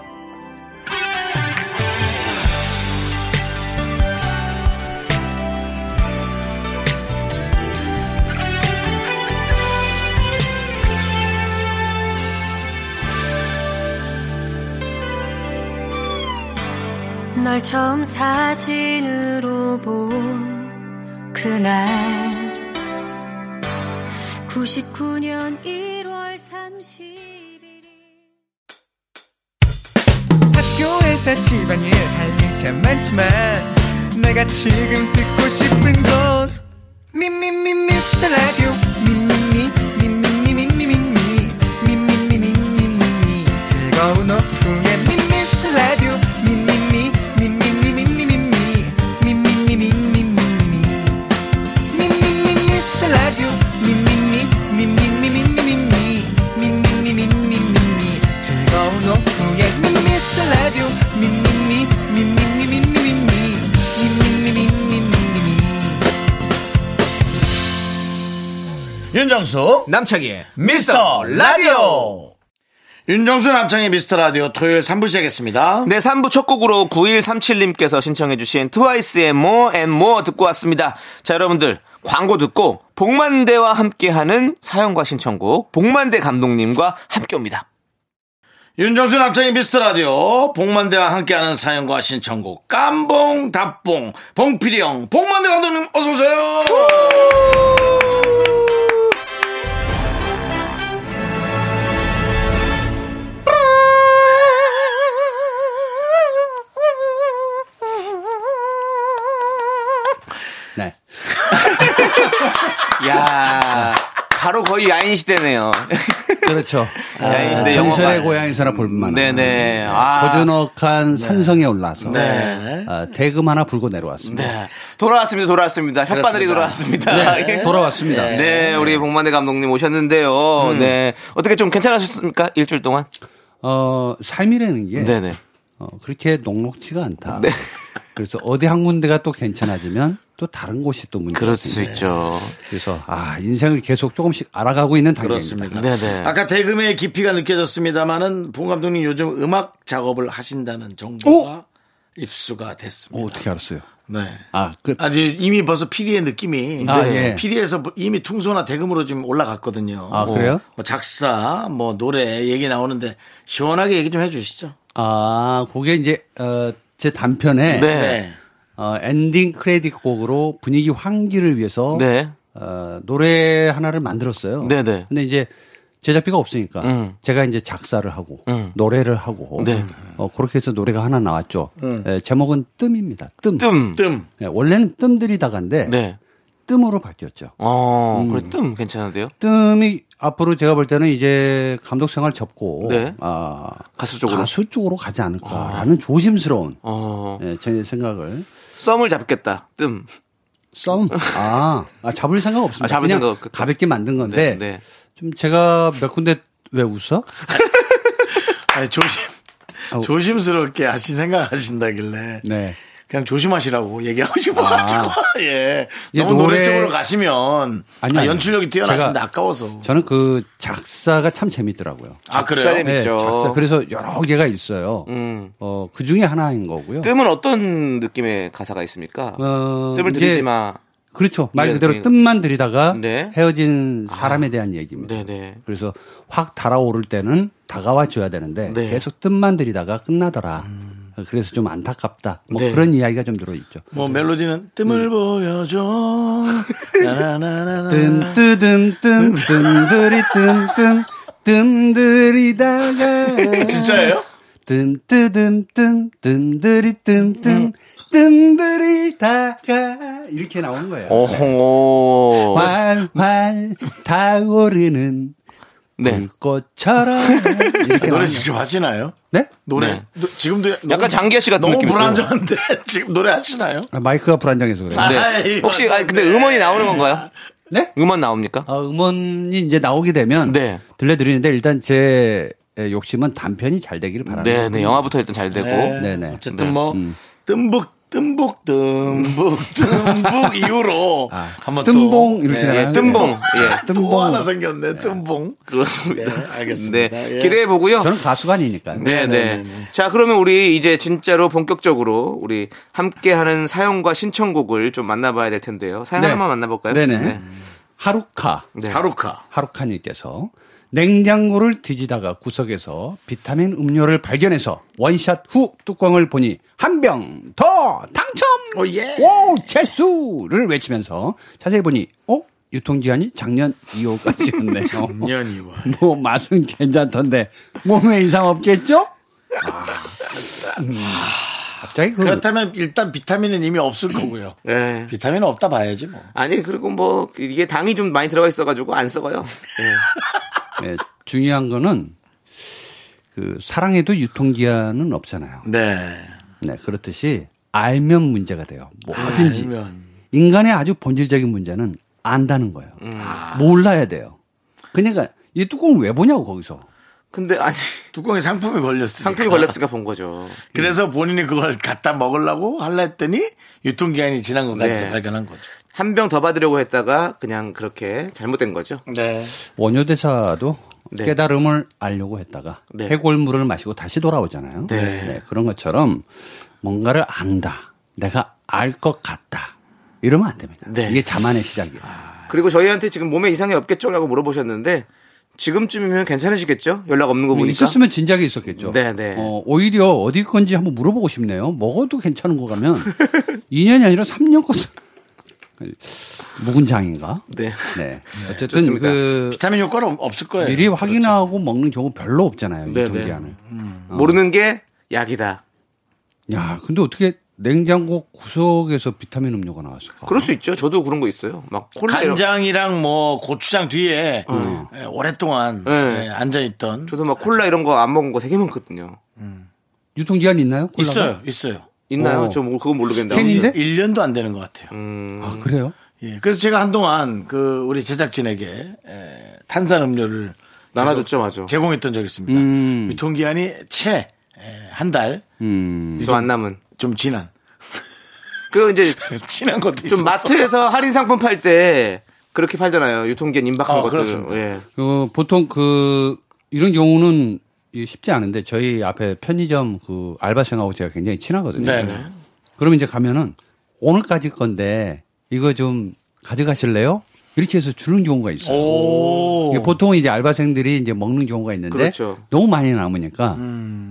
Speaker 4: 널 처음 사진으로 본 그날 99년 1월 30일
Speaker 5: 학교에서 집안일 할 일 참 많지만 내가 지금 듣고 싶은 건 미미미 미스터 라디오 미미미 미미미 미미미 미미미 미미미 즐거운 오후에 미스터 라디오 미미미 미미미 미미미 미미미 미미미 미미미 미스터 라디오 미미미 미미미 미미미 미미미 미미미 즐거운 오후에 미스터 라디오 미미미 미미미 미미미 미미미 미미미
Speaker 1: 윤정수
Speaker 2: 남창희의
Speaker 1: 미스터 라디오. 윤정수 남창의 미스터 라디오 토요일 3부 시작했습니다.
Speaker 2: 네, 3부 첫 곡으로 9137님께서 신청해주신 트와이스의 More and More 듣고 왔습니다. 자, 여러분들, 광고 듣고, 복만대와 함께하는 사연과 신청곡, 복만대 감독님과 함께 옵니다.
Speaker 1: 윤정수 남창의 미스터 라디오 복만대와 함께하는 사연과 신청곡 깜봉 답봉 봉필이 형 복만대 감독님 어서 오세요. 네.
Speaker 2: 야 바로 거의 야인시대네요.
Speaker 6: 그렇죠.
Speaker 2: 야인 시대
Speaker 6: 전설의
Speaker 2: 영화관.
Speaker 6: 고향인 사람 볼만한.
Speaker 2: 네네. 아.
Speaker 6: 고즈넉한 산성에 올라서
Speaker 2: 네.
Speaker 6: 아, 대금 하나 불고 내려왔습니다. 네.
Speaker 2: 네. 돌아왔습니다. 돌아왔습니다. 혓바늘이 돌아왔습니다. 예.
Speaker 6: 돌아왔습니다.
Speaker 2: 네. 우리 복만대 감독님 오셨는데요.
Speaker 6: 음.
Speaker 2: 네. 어떻게 좀 괜찮으셨습니까? 일주일 동안?
Speaker 6: 어, 삶이라는 게
Speaker 2: 네네.
Speaker 6: 어, 그렇게 녹록치가 않다. 그래서 어디 한 군데가 또 괜찮아지면 또 다른 곳이 또 문제가
Speaker 2: 그럴 수
Speaker 6: 있습니다.
Speaker 2: 있죠.
Speaker 6: 그래서 아 인생을 계속 조금씩 알아가고 있는 단계입니다.
Speaker 1: 그렇습니다.
Speaker 2: 네네.
Speaker 1: 아까 대금의 깊이가 느껴졌습니다만은 봉 감독님 요즘 음악 작업을 하신다는 정보가 입수가 됐습니다.
Speaker 6: 어, 어떻게 알았어요?
Speaker 1: 네.
Speaker 6: 아, 그,
Speaker 1: 아주 이미 벌써 피리의 느낌이
Speaker 6: 아,
Speaker 1: 네.
Speaker 6: 예.
Speaker 1: 피리에서 이미 퉁소나 대금으로 지금 올라갔거든요.
Speaker 6: 아,
Speaker 1: 뭐,
Speaker 6: 그래요?
Speaker 1: 뭐 작사, 뭐 노래 얘기 나오는데 시원하게 얘기 좀 해주시죠.
Speaker 6: 아, 그게 이제 어, 제 단편에
Speaker 2: 네.
Speaker 6: 어, 엔딩 크레딧 곡으로 분위기 환기를 위해서
Speaker 2: 네.
Speaker 6: 어, 노래 하나를 만들었어요.
Speaker 2: 네네.
Speaker 6: 근데 이제 제작비가 없으니까
Speaker 2: 음.
Speaker 6: 제가 이제 작사를 하고
Speaker 2: 음.
Speaker 6: 노래를 하고
Speaker 2: 네.
Speaker 6: 어, 그렇게 해서 노래가 하나 나왔죠. 예, 제목은 뜸입니다. 뜸.
Speaker 2: 뜸.
Speaker 1: 뜸.
Speaker 6: 예, 원래는 뜸들이다가인데
Speaker 2: 네.
Speaker 6: 뜸으로 바뀌었죠. 음.
Speaker 2: 어, 그래, 뜸 괜찮은데요?
Speaker 6: 뜸이 앞으로 제가 볼 때는 이제 감독 생활 접고
Speaker 2: 네.
Speaker 6: 아,
Speaker 2: 가수 쪽으로. 아.
Speaker 6: 가수 쪽으로 가지 않을까라는 조심스러운
Speaker 2: 어,
Speaker 6: 예, 제 생각을
Speaker 2: 썸을 잡겠다. 뜸.
Speaker 6: 썸. 아, 아, 잡을 생각 없습니다.
Speaker 2: 아, 잡을
Speaker 6: 그냥
Speaker 2: 생각 없겠다.
Speaker 6: 가볍게 만든 건데
Speaker 2: 네, 네.
Speaker 6: 좀 제가 몇 군데 왜 웃어?
Speaker 1: 아니, 조심. 어.
Speaker 6: 아우.
Speaker 1: 조심스럽게 하신 생각하신다길래
Speaker 6: 네.
Speaker 1: 그냥 조심하시라고 얘기하고 싶어가지고 예.
Speaker 6: 예,
Speaker 1: 너무 노래
Speaker 6: 아. 노래-
Speaker 1: 쪽으로 가시면
Speaker 6: 아니요,
Speaker 1: 아,
Speaker 6: 아니요.
Speaker 1: 연출력이 뛰어나신데
Speaker 6: 제가-
Speaker 1: 아까워서
Speaker 6: 저는 그 작사가 참 재밌더라고요. 네,
Speaker 1: 아
Speaker 2: 작사
Speaker 1: 그래요?
Speaker 2: 재미- 재밌죠.
Speaker 6: 작사. 그래서 여러 개가 있어요.
Speaker 2: 음.
Speaker 6: 어, 그 중에 하나인 거고요.
Speaker 2: 뜸은 어떤 느낌의 가사가 있습니까?
Speaker 6: 어,
Speaker 2: 뜸을
Speaker 6: 이게-
Speaker 2: 들이지 마.
Speaker 6: 그렇죠. 말
Speaker 2: 네,
Speaker 6: 그대로
Speaker 2: 네.
Speaker 6: 뜸만 들이다가
Speaker 2: 네.
Speaker 6: 헤어진 사람에 대한 얘기입니다.
Speaker 2: 네네.
Speaker 6: 그래서 확 달아오를 때는 다가와 줘야 되는데
Speaker 2: 네. 음.
Speaker 6: 계속 뜸만 들이다가 끝나더라. 그래서 좀 안타깝다. 뭐
Speaker 2: 네.
Speaker 6: 그런 이야기가 좀 들어있죠.
Speaker 1: 뭐 멜로디는 뜸을 보여줘
Speaker 2: 네.
Speaker 1: 나나나나나.
Speaker 6: 음. 뜸, 뜨듬, 뜸, 뜸들이, 뜸, 뜸, 뜸들이다가.
Speaker 1: 진짜예요?
Speaker 6: 뜸, 뜨듬, 뜸, 뜸들이, 뜸,
Speaker 2: 음.
Speaker 6: 뜸, 뜸들이다가. 이렇게 나온 거예요.
Speaker 2: 어. 오호.
Speaker 6: 아, 활활 타오르는 음.
Speaker 2: 네.
Speaker 6: 불꽃처럼 이렇게
Speaker 1: 노래
Speaker 6: 나오네요.
Speaker 1: 직접 하시나요?
Speaker 6: 음. 네?
Speaker 1: 노래
Speaker 2: 네.
Speaker 1: 노- 지금도
Speaker 2: 약간 장기하 씨 같은
Speaker 1: 너무
Speaker 2: 느낌 있어요.
Speaker 1: 불안정한데 지금 노래 하시나요?
Speaker 6: 아, 마이크가 불안정해서 그래요.
Speaker 1: 아,
Speaker 6: 네.
Speaker 1: 아이,
Speaker 2: 혹시
Speaker 1: 맞네.
Speaker 2: 아니, 근데 음원이 나오는 건가요? 음원 나옵니까?
Speaker 6: 어, 음원이 이제 나오게 되면
Speaker 2: 네.
Speaker 6: 들려드리는데 일단 제 욕심은 단편이 잘 되기를 바랍니다.
Speaker 2: 네, 네. 영화부터 일단 잘 되고.
Speaker 6: 아, 네, 네.
Speaker 1: 어쨌든
Speaker 2: 네.
Speaker 1: 뭐 뜸북 뜸북 뜸북 뜸북 이후로 한번 또-
Speaker 6: 뜸봉 아, 이렇게
Speaker 1: 네.
Speaker 6: 되나요?
Speaker 2: 뜸봉. 예.
Speaker 1: 또
Speaker 6: 뜸봉.
Speaker 1: 하나 생겼네 뜸봉
Speaker 2: 그렇습니다.
Speaker 1: 네, 알겠습니다.
Speaker 2: 네.
Speaker 1: 예.
Speaker 2: 기대해 보고요.
Speaker 6: 저는 가수가 아니니까요.
Speaker 2: 네, 네. 자, 그러면 우리 이제 진짜로 본격적으로 우리 함께하는 사연과 신청곡을 좀 만나봐야 될 텐데요. 사연
Speaker 6: 네.
Speaker 2: 하나만 만나볼까요?
Speaker 6: 네네. 하루카.
Speaker 2: 네.
Speaker 1: 하루카
Speaker 6: 하루카님께서 냉장고를 뒤지다가 구석에서 비타민 음료를 발견해서 원샷 후 뚜껑을 보니 한 병 더 당첨!
Speaker 1: 오, 예.
Speaker 6: 오, 재수를 외치면서 자세히 보니, 어? 유통기한이 작년 2월까지였네요.
Speaker 1: 작년 2월.
Speaker 6: 뭐, 맛은 괜찮던데, 몸에 이상 없겠죠? 아, 음, 갑자기 그,
Speaker 1: 그렇다면 일단 비타민은 이미 없을 거고요
Speaker 2: 네.
Speaker 1: 비타민은 없다 봐야지 뭐
Speaker 2: 아니, 그리고 뭐, 이게 당이 좀 많이 들어가 있어가지고 안 썩어요.
Speaker 6: 예, 중요한 거는, 그, 사랑에도 유통기한은 없잖아요.
Speaker 1: 네.
Speaker 6: 네, 그렇듯이 알면 문제가 돼요.
Speaker 2: 아,
Speaker 6: 뭐든지.
Speaker 1: 알면.
Speaker 6: 인간의 아주 본질적인 문제는 안다는 거예요.
Speaker 2: 음.
Speaker 6: 몰라야 돼요. 그러니까 이 뚜껑 왜 보냐고 거기서.
Speaker 2: 근데, 아니,
Speaker 1: 뚜껑에 상품이 걸렸으니까.
Speaker 2: 상품이 걸렸으니까 본 거죠.
Speaker 1: 그래서 본인이 그걸 갖다 먹으려고 할라 했더니 유통기한이 지난 것까지
Speaker 2: 네.
Speaker 1: 발견한 거죠.
Speaker 2: 한 병 더 받으려고 했다가 그냥 그렇게 잘못된 거죠.
Speaker 1: 네.
Speaker 6: 원효대사도
Speaker 2: 네.
Speaker 6: 깨달음을 알려고 했다가
Speaker 2: 네.
Speaker 6: 해골물을 마시고 다시 돌아오잖아요.
Speaker 2: 네.
Speaker 6: 그런 것처럼 뭔가를 안다. 내가 알 것 같다. 이러면 안 됩니다.
Speaker 2: 네.
Speaker 6: 이게 자만의 시작이에요.
Speaker 2: 그리고 저희한테 지금 몸에 이상이 없겠죠? 라고 물어보셨는데, 지금쯤이면 괜찮으시겠죠? 연락 없는 거 보니까.
Speaker 6: 음, 뭐 있었으면 진작에 있었겠죠.
Speaker 2: 네, 네.
Speaker 6: 어, 오히려 어디 건지 한번 물어보고 싶네요. 먹어도 괜찮은 거 가면 2년이 아니라 3년 거. 사- 묵은 장인가?
Speaker 2: 네.
Speaker 6: 네. 어쨌든
Speaker 2: 좋습니다.
Speaker 6: 그
Speaker 1: 비타민 효과는 없을 거예요.
Speaker 6: 미리 확인하고 먹는 경우 별로 없잖아요.
Speaker 2: 네,
Speaker 6: 어. 유통기한을.
Speaker 2: 모르는 게 약이다.
Speaker 6: 야, 근데 어떻게 냉장고 구석에서 비타민 음료가 나왔을까?
Speaker 2: 그럴 수 있죠. 저도 그런 거 있어요. 막 콜라 이런-
Speaker 1: 간장이랑 뭐 고추장 뒤에 예, 오랫동안
Speaker 2: 네.
Speaker 1: 예, 앉아있던
Speaker 2: 저도 막 콜라 이런 거 안 먹은 거 되게 많거든요.
Speaker 6: 유통기한 있나요? 콜라가?
Speaker 1: 있어요 있어요
Speaker 2: 있나요?
Speaker 6: 어.
Speaker 2: 저 뭐- 그건 모르겠는데.
Speaker 6: 캔인데?
Speaker 1: 1년도 안 되는 것 같아요
Speaker 2: 음.
Speaker 6: 아 그래요?
Speaker 1: 예, 그래서 제가 한동안 그 우리 제작진에게 에, 탄산 음료를
Speaker 2: 나눠줬죠, 맞아.
Speaker 1: 제공했던 적이
Speaker 2: 음.
Speaker 1: 있습니다. 유통기한이 채 한 달 좀
Speaker 6: 음.
Speaker 2: 저안 남은.
Speaker 1: 지난
Speaker 2: 그 이제
Speaker 1: 지난 것도
Speaker 2: 좀
Speaker 1: 있었어.
Speaker 2: 마트에서 할인 상품 팔 때 그렇게 팔잖아요. 유통기한 임박한
Speaker 1: 어,
Speaker 2: 것들.
Speaker 1: 그렇습니다.
Speaker 2: 예.
Speaker 6: 그 보통 그 이런 경우는 이 쉽지 않은데 저희 앞에 편의점 그 알바생하고 제가 굉장히 친하거든요.
Speaker 1: 네네.
Speaker 6: 그러면 이제 가면은 오늘까지 건데 이거 좀 가져가실래요? 이렇게 해서 주는 경우가 있어요.
Speaker 1: 오.
Speaker 6: 이게 보통은 이제 알바생들이 이제 먹는 경우가 있는데
Speaker 2: 그렇죠. 음.
Speaker 6: 너무 많이 남으니까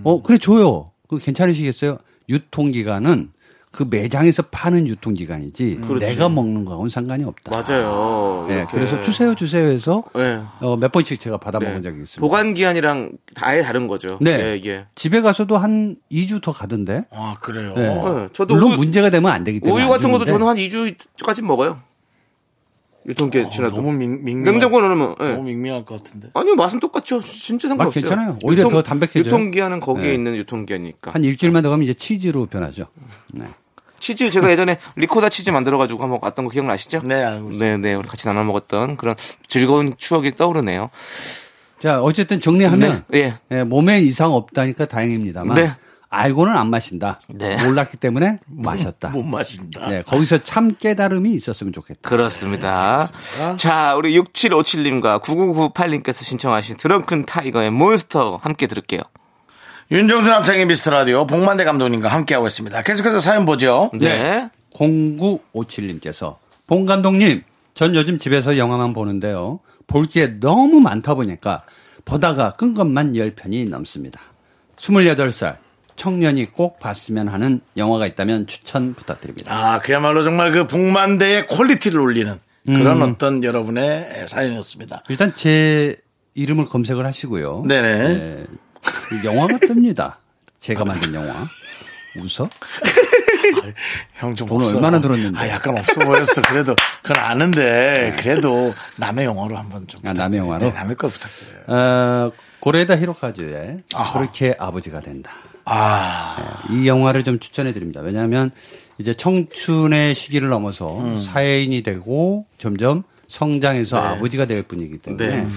Speaker 6: 어 그래 줘요. 그 괜찮으시겠어요? 유통기간은 그 매장에서 파는 유통기간이지
Speaker 2: 그렇지.
Speaker 6: 내가 먹는 거하고는 상관이 없다.
Speaker 2: 맞아요.
Speaker 6: 네,
Speaker 2: 이렇게.
Speaker 6: 그래서 주세요 주세요 해서
Speaker 2: 예.
Speaker 6: 어, 몇 번씩 제가 받아 먹은
Speaker 2: 네.
Speaker 6: 적이 있습니다.
Speaker 2: 보관 기한이랑 아예 다른 거죠.
Speaker 6: 네.
Speaker 2: 예, 예.
Speaker 6: 집에 가서도 한 2주 더 가던데.
Speaker 1: 아 그래요.
Speaker 6: 네.
Speaker 2: 네, 저도
Speaker 6: 물론
Speaker 2: 우유-
Speaker 6: 문제가 되면 안 되기 때문에.
Speaker 2: 우유
Speaker 6: 안
Speaker 2: 같은 것도
Speaker 6: 주는데.
Speaker 2: 저는 한 2주까지 먹어요. 유통기한
Speaker 1: 어,
Speaker 2: 지나도.
Speaker 1: 너무 밍, 밍
Speaker 2: 냉장고에 넣으면.
Speaker 6: 네.
Speaker 2: 예.
Speaker 1: 너무 밍밍할 것 같은데.
Speaker 2: 아니요, 맛은 똑같죠. 진짜 상관없어요.
Speaker 6: 맛 괜찮아요. 오히려 더 담백해져요.
Speaker 2: 유통기한은 거기에
Speaker 6: 네.
Speaker 2: 있는 유통기한이니까.
Speaker 6: 한 일주일만 더 가면 이제 치즈로 변하죠. 네.
Speaker 2: 치즈 제가 예전에 리코다 치즈 만들어가지고 한번 왔던 거 기억나시죠?
Speaker 1: 네 알고 있어요.
Speaker 2: 네, 네, 우리 같이 나눠 먹었던 그런 즐거운 추억이 떠오르네요.
Speaker 6: 자, 어쨌든 정리하면
Speaker 2: 네, 예.
Speaker 6: 예, 몸에 이상 없다니까 다행입니다만
Speaker 2: 네.
Speaker 6: 알고는 안 마신다.
Speaker 2: 네. 뭐.
Speaker 6: 몰랐기 때문에 마셨다.
Speaker 1: 못 마신다.
Speaker 6: 네, 거기서 참 깨달음이 있었으면 좋겠다.
Speaker 2: 그렇습니다. 자, 우리 6757님과 9998님께서 신청하신 드렁큰 타이거의 몬스터 함께 들을게요.
Speaker 1: 윤정수 남창의 미스터 라디오 복만대 감독님과 함께하고 있습니다. 계속해서 사연 보죠.
Speaker 2: 네.
Speaker 6: 0957님께서 봉 감독님 전 요즘 집에서 영화만 보는데요 볼 게 너무 많다 보니까 보다가 끈 것만 10편이 넘습니다 28살 청년이 꼭 봤으면 하는 영화가 있다면 추천 부탁드립니다
Speaker 1: 아 그야말로 정말 그 복만대의 퀄리티를 올리는
Speaker 6: 음.
Speaker 1: 그런 어떤 여러분의 사연이었습니다.
Speaker 6: 일단 제 이름을 검색을 하시고요
Speaker 1: 네네.
Speaker 6: 네, 이 영화가 뜹니다 제가 만든 영화 웃어?
Speaker 1: 형좀
Speaker 6: 돈을 얼마나 들었는데? 네.
Speaker 1: 아 약간 없어 보였어. 그래도 그건 아는데 그래도 남의 영화로 한번 좀.
Speaker 6: 아, 남의
Speaker 1: 부탁드려요.
Speaker 6: 영화로?
Speaker 1: 네, 남의 걸 부탁드려요.
Speaker 6: 어, 고레다 히로카즈의
Speaker 1: 아하.
Speaker 6: 그렇게 아버지가 된다
Speaker 1: 아
Speaker 6: 이 영화를 좀 추천해 드립니다. 왜냐하면 이제 청춘의 시기를 넘어서
Speaker 2: 음.
Speaker 6: 사회인이 되고 점점 성장해서
Speaker 2: 네.
Speaker 6: 아버지가 될 분이기 때문에